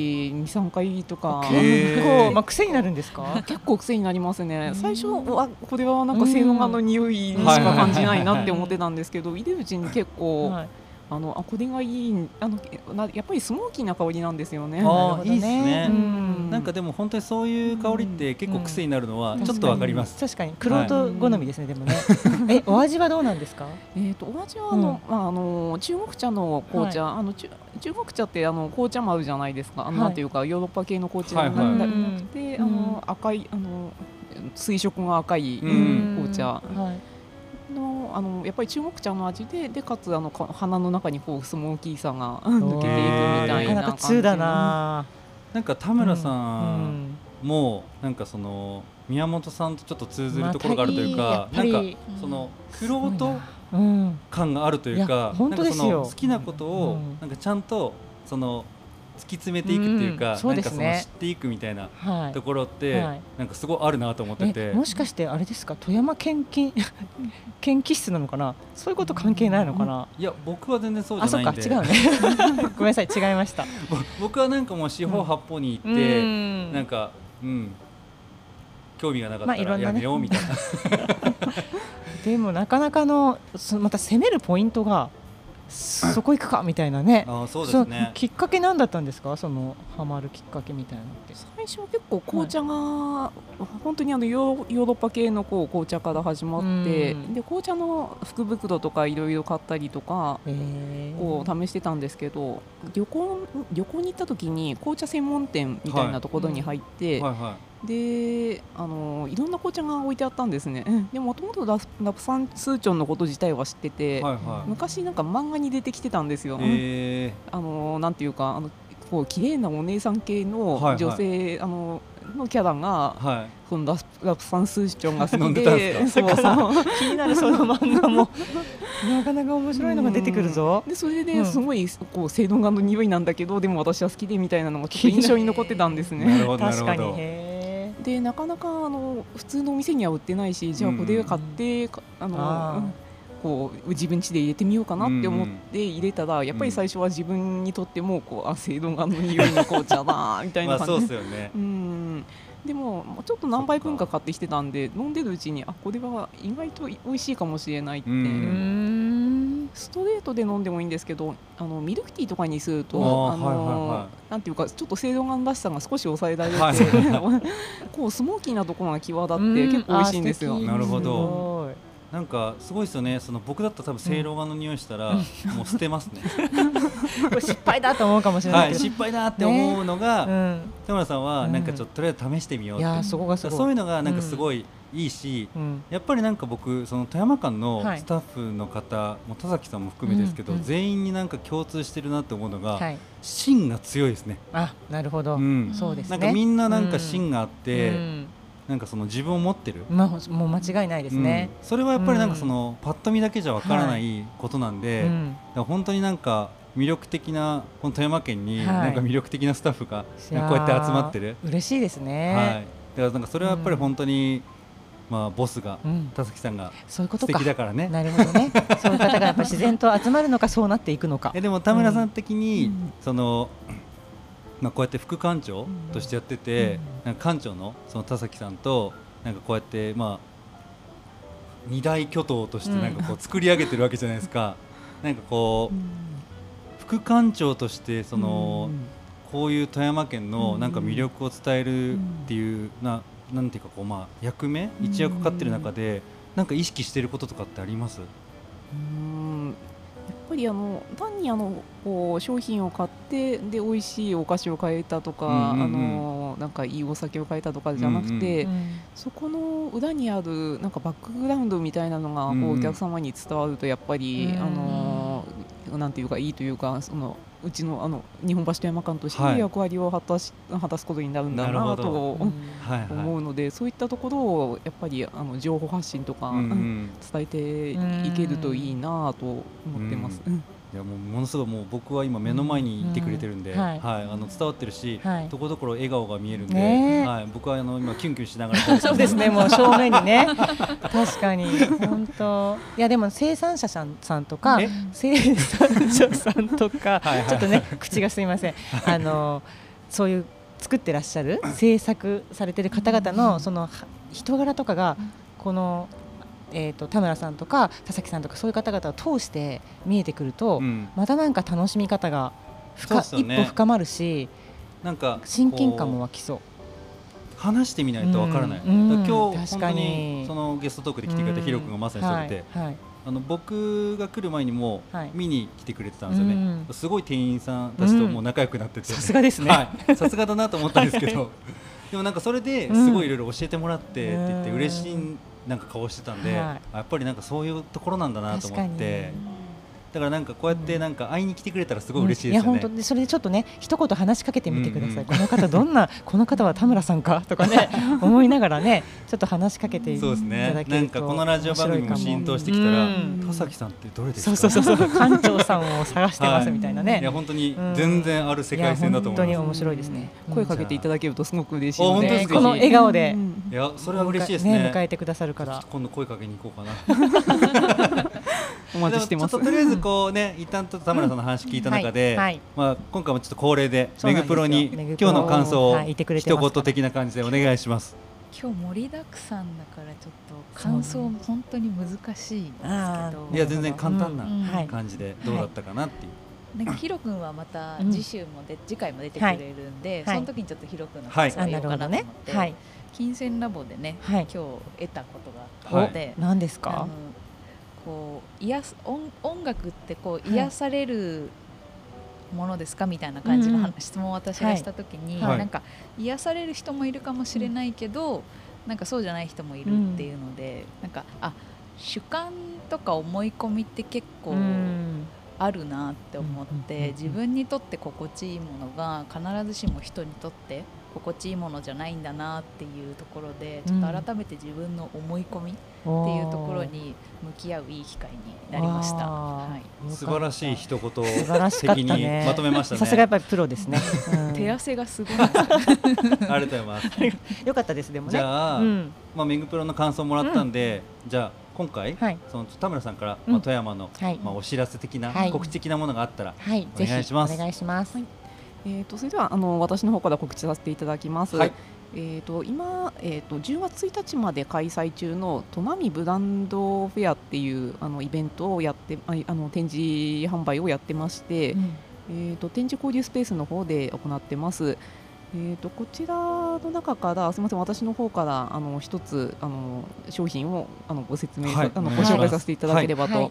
23回とかへー結構まあ癖になるんですか。結構癖になりますねうん最初はこれはなんか性能がの匂いにしか感じないなって思ってたんですけど入れるうちに結構、はいあのあこれがいいあのなやっぱりスモーキーな香りなんですよね。あなるほどーいいですね、ううんなんかでも本当にそういう香りって結構癖になるのはうんちょっとわかります、確かに。黒人好みですね。でもね。えお味はどうなんですか。えー、とお味はあの、まあ、あの中国茶の紅茶、あの中中国茶ってあの紅茶もあるじゃないですか、あのはいなんていうかヨーロッパ系の紅茶はいはいななくて、あの赤いあの水色が赤い、うん紅茶はい。のあのやっぱり中国茶の味ででかつあのか鼻の中にこうスモーキーさが抜けていくみたないかななか感じ通だな。なんか田村さうんんもなんかその宮本さんとちょっと通ずるところがあるというまか、たいいなやんっぱりかその玄人うん。感があるといういやか本当ですよなんかその好きなことをうんなんかちゃんとその突き詰めていくっていうか、うんそなうんでかすそねの知っていくみたいなはいと。ころって、はいなんかすごいあるなと思ってて、えもしかしてあれですか富山県金 <laughs> 県気質なのかなそういうこと関係ないのかな、いや僕は全然そうあじそゃっないかんで違うね <laughs> ごめんなさい違いました <laughs> ぼ僕はなんかもう四方八方に行って、なんかうん興味がなかっまあたいろらんやなねめようみたいな、<laughs> でもなかなかのそまた攻めるポイントがそこ行くかみたいなねあーそうですねそきっかけ何だったんですかそのハマるきっかけみたいなのって最初は結構紅茶が、本当にあのヨーヨーロッパ系のこう紅茶から始まって、うんで紅茶の福袋とかいろいろ買ったりとかえこう試してたんですけど旅行旅行に行った時に紅茶専門店みたいなところに入って、はいはであのいろんな紅茶が置いてあったんですねでもともとラプラプサンスーチョンのこと自体は知っていて、はいは昔なんか漫画に出てきてたんですよ。いえあのなんていうかあのこう綺麗なお姉さん系のはいはい女性、あののキャラがー、はいそのラスラプサンスーチョンが好飲んきでたんで、ですそう <laughs> そう気になるその漫画も <laughs> なかなか面白いのが出てくるぞでそれうでんすごいこう性能の匂いなんだけどでも私は好きでみたいなのがちょっと印象に残ってたんですなね。るほどなる確かほにどへでなかなかあの普通のお店には売ってないしじゃあこれを買って、かあのあーこう自分家で入れてみようかなって思って入れたら、やっぱり最初は自分にとってもこうあ性能の匂いの紅茶だみたいまなあ感じそうですよねうんでももうちょっと何倍分か買ってきてたんで飲んでるうちにあこれは意外と美味しいかもしれないって、うんうんストレートで飲んでもいいんですけどあのミルクティーとかにするとあーあの、はいはいはなんていうかちょっと清涼感らしさが少し抑えられて、はい <laughs> こうスモーキーなところが際立うんって結構美味しいんですよあ素。敵なるほどすごい <laughs> なんかすごいですよねその僕だったら多分せいろがの匂いしたら、もう捨てます <laughs> ねこれ失敗だと思うかもしれなはいいけど、失敗だって思うのが、うん田村さんはなんかちょっととりあえず試してみようって、いやーだそこがかすらごいそういうのがなんかすごいいいし、うんやっぱりなんか僕その富山間のはいスタッフの方、もう田崎さんも含めですけど、うんうん全員になんか共通してるなって思うのが、はい芯が強いですね、あなるほど、うん、そうですなねんかみんななんか芯があって、うんなんかその自分を持ってる、まあほんもう間違いないですね、うんそれはやっぱりなんかその、パッと見だけじゃわからないことなんうで、だんから本当になんか魅力的なこの富山県にはいなんか魅力的なスタッフがなんかこうやって集まってる、嬉しいですね、はい、だからなんかそれはやっぱり本当に、まあ、ボスがうん田崎さんがそういうこ素とか敵だからねなるほどねそういう方がやっぱ自然と集まるのかそうなっていくのか <laughs> えでも田村さん的に、うんそのまあ、こうやって副館長としてやってて、なんか館長のその田崎さんとなんかこうやってまあ二大巨頭としてなんかこう作り上げてるわけじゃないです <laughs> か。なんかこう副館長としてその、こういう富山県のなんか魅力を伝えるっていう、ななんていうかこうまあ役目一役かかってる中で、なんか意識してることとかってあります？うーんやっぱりあの単にあのこう商品を買ってで美味しいお菓子を買えたとか、うんうんうんあのなんかいいお酒を買えたとかじゃなくて、そこの裏にあるなんかバックグラウンドみたいなのがこう、うんうんお客様に伝わるとやっぱり、うんあのなんていうかいいというかそのうちのあの日本橋富山間としてはのい役割を果たし、果たすことになるんだなるほなどとはい思はうので、そういったところをやっぱりあの情報発信とか。い。うんうん伝えていけるといいなと思ってます。いやもうものすごいもう僕は今目の前にいてくれてるんで、うんはいはい、あの伝わってるし、はいとこどころ笑顔が見えるんで、ねえはい、僕はあの今キュンキュンしながら <laughs> そ <laughs> うですね、もう正面にね、確かに、本当、いや、でも生産者さんさんとかえ、生産者さんとか、はいはいちょっとね、口がすみません、あのそういう作ってらっしゃる、制作されてる方々のそのは人柄とかが、この、えー、と田村さんとか田崎さんとか、そういう方々を通して見えてくると、うん、またなんか楽しみ方が深、そうっすよね一歩深まるし、なんかこう親近感も湧きそう。話してみないとわからない、うんだから今日確本か当ににそのゲストトークで来てくれたヒロ君がまさにそれで、はいはいあの僕が来る前にもうはい見に来てくれてたんですよね、うんすごい店員さんたちともう仲良くなってて、さすがですねはいさすがだなと思ったんですけど、でもなんかそれですごいいろいろ教えてもらってって言ってうん嬉しいなんか顔してたんで、はいあやっぱりなんかそういうところなんだなと思っ確かてにだからなんかこうやってなんか会いに来てくれたらすごい嬉しいいでやすよ本ね。当でそれでちょっとね一言話しかけてみてください、うんうんこの方どんな <laughs> この方は田村さんかと <laughs> かね思いながらねちょっと話しかけていそうですただね。けるとなんかこのラジオ番組も面白いか浸透してきたらう、ん田崎さんってどれですそうか？そうそうそう館長さんを探してますはいみたいないやね、本当に全然ある世界線だと思いいやま本当に面白いですね、声かけていただけるとすごく嬉しいのあ本で、当でぜすかひこの笑顔でうんす。いやそれは嬉しいですね。迎えてくださるかちょらっと今度声かけに行こうかな。 <laughs> お待ちしてますでもちょっととりあえずこうね、一旦ちょっと田村さんの話聞いた中で、うんはいはいまあ今回もちょっと恒例でそうメなグんですよプロにメグプ今ロ日の感想をはいいてくれて一ますから言的な感じでお願いします。今日盛りだくさんだからちょっと感想本当に難しいんですけあどーいや全然簡単うなんはい感じでどうだったかなっていう。なんかヒロ君はまたうん次週もで、次回も出てくれるんで、はいその時にちょっとヒロ君のはい感想をあ言なおうるかほなどと思っねて、はい金銭ラボでねはい今日得たことがあはっいて、何ですあかのこう癒す音音楽ってこう癒されるものですかみたいな感じのう話、ん質問を私がした時に、はいなんか癒される人もいるかもしれないけど、なんかそうじゃない人もいるっていうので、なんかあ主観とか思い込みって結構うんあるなって思っうんうんうんうてん自分にとって心地いいものが必ずしも人にとって心地いいものじゃないんだなっていうところでちょっと改めて自分の思い込みっていうところに向き合ういい機会になりました。あーはい、素晴らしい一言素晴らしかった的ねにまとめましたね。さすがやっぱりプロです <laughs> ね、うん手汗 <laughs> がすごいですねありがとうございます。よかったですでもねじゃあ、うんまあメグプロの感想もらったんで、じゃあ今回、はいその田村さんから、うんまあ、富山の、はいまあ、お知らせ的な、はい告知的なものがあったら、はい、お願いしますぜひお願いします。はいえーとそれではあの私の方から告知させていただきます。はいえー、と今、えー、と10月1日まで開催中のトマミブランドフェアっていうあのイベントをやってああの展示販売をやってまして、えー、と展示交流スペースの方で行ってます。えー、とこちらの中からすみません私の方からあの一つあの商品をあのご説明、はいあのおご願いします紹介させていただければと、はい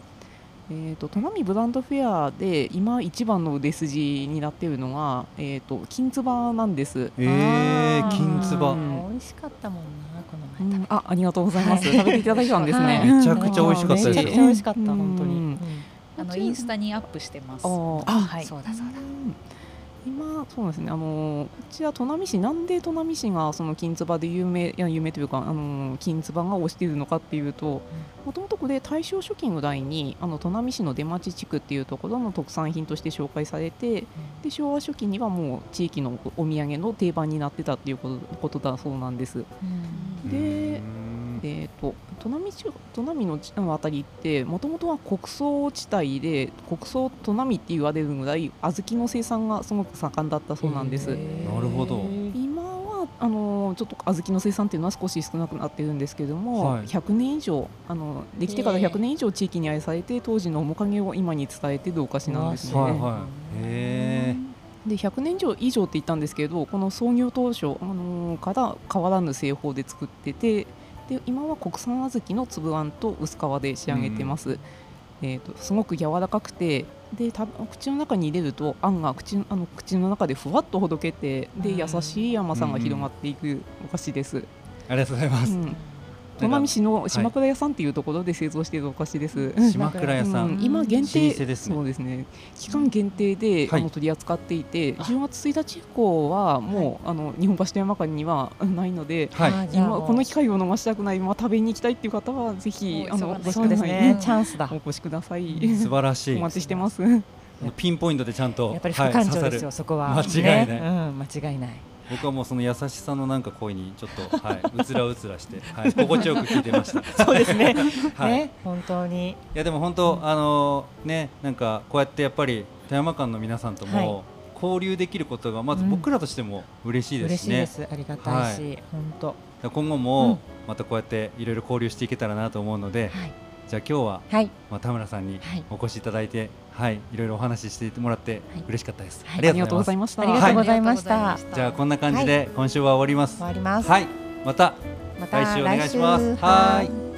えー、とトナミブランドフェアで今一番の売れ筋になっているのが、えー、と金つばなんです。えー、あー金つばうん美味しかったもんな、このう前んあありがとうございます、はい食べていただいたんですね、はいめちゃくちゃ美味しかったですめちゃくちゃ美味しかった、うん本当に。うんあのインスタにアップしてます。ああはいそうだそうだ。うん今そうですねあのこちら砺波市なんで砺波市がその金つばで有名いや有名というかあの金つばが推しているのかっていうともともとこれ大正初期ぐらいにあの砺波市の出町地区っていうところの特産品として紹介されてで昭和初期にはもう地域のお土産の定番になってたっていうことことだそうなんです。うんでうーんでえっと砺波地方砺波の地あの辺りってもともとは穀倉地帯で穀倉砺波って言われるぐらい小豆の生産がすごく盛んだったそうなんです。なるほど今はあのちょっと小豆の生産っていうのは少し少なくなってるんですけども、はい100年以上あのできてから100年以上地域に愛されて当時の面影を今に伝えてるお菓子なんですね。はいはいへえで100年以上以上って言ったんですけどこの創業当初、あのーから変わらぬ製法で作っててで今は国産小豆の粒あんと薄皮で仕上げてます、えー、とすごく柔らかくてでた口の中に入れるとあんが口のあの口の中でふわっとほどけてうでん優しい甘さが広がっていくお菓子ですありがとうございますうん砺波、市の島倉屋さんっていうところで製造しているお菓子です、島倉屋さうんん今限定老舗ですねそうですね期間限定で、はいあの取り扱っていてあ10月1日以降はもう、あの日本橋と山間には <laughs> うんないのではいあじゃあ今この機会を逃したくないまあ食べに行きたいっていう方はぜひもうあ忙しいのお越しそくうでだすさいねう。んチャンスだ。お越しください素晴らしおい待ちしてますピンポイントでちゃんとやっぱり副はい館刺長さですよ、るそこは。間違いないねうん、間違いない。僕はもうその優しさのなんか声にちょっと、はい、うつらうつらして、はい、心地よく聞いてましたそうですね。 <laughs> はいね、本当に。いやでも本当、あのねなんかこうやってやっぱり富山間の皆さんとはいも交流できることがまずうん僕らとしても嬉しいで嬉すしいでね、す。ありがたいし、本当。今後うんもまたこうやっていろいろ交流していけたらなと思うので、はいじゃあ今日は、はい。まあ、田村さんにはいお越しいただいてはいいろいろお話ししてもらってはい嬉しかったです、はいありがとうございまましたありがとうございましありたがとうございまし。すじゃあこんな感じで今週は終わります、終わります。はいまたまた来週お願いし来週ますはーいい。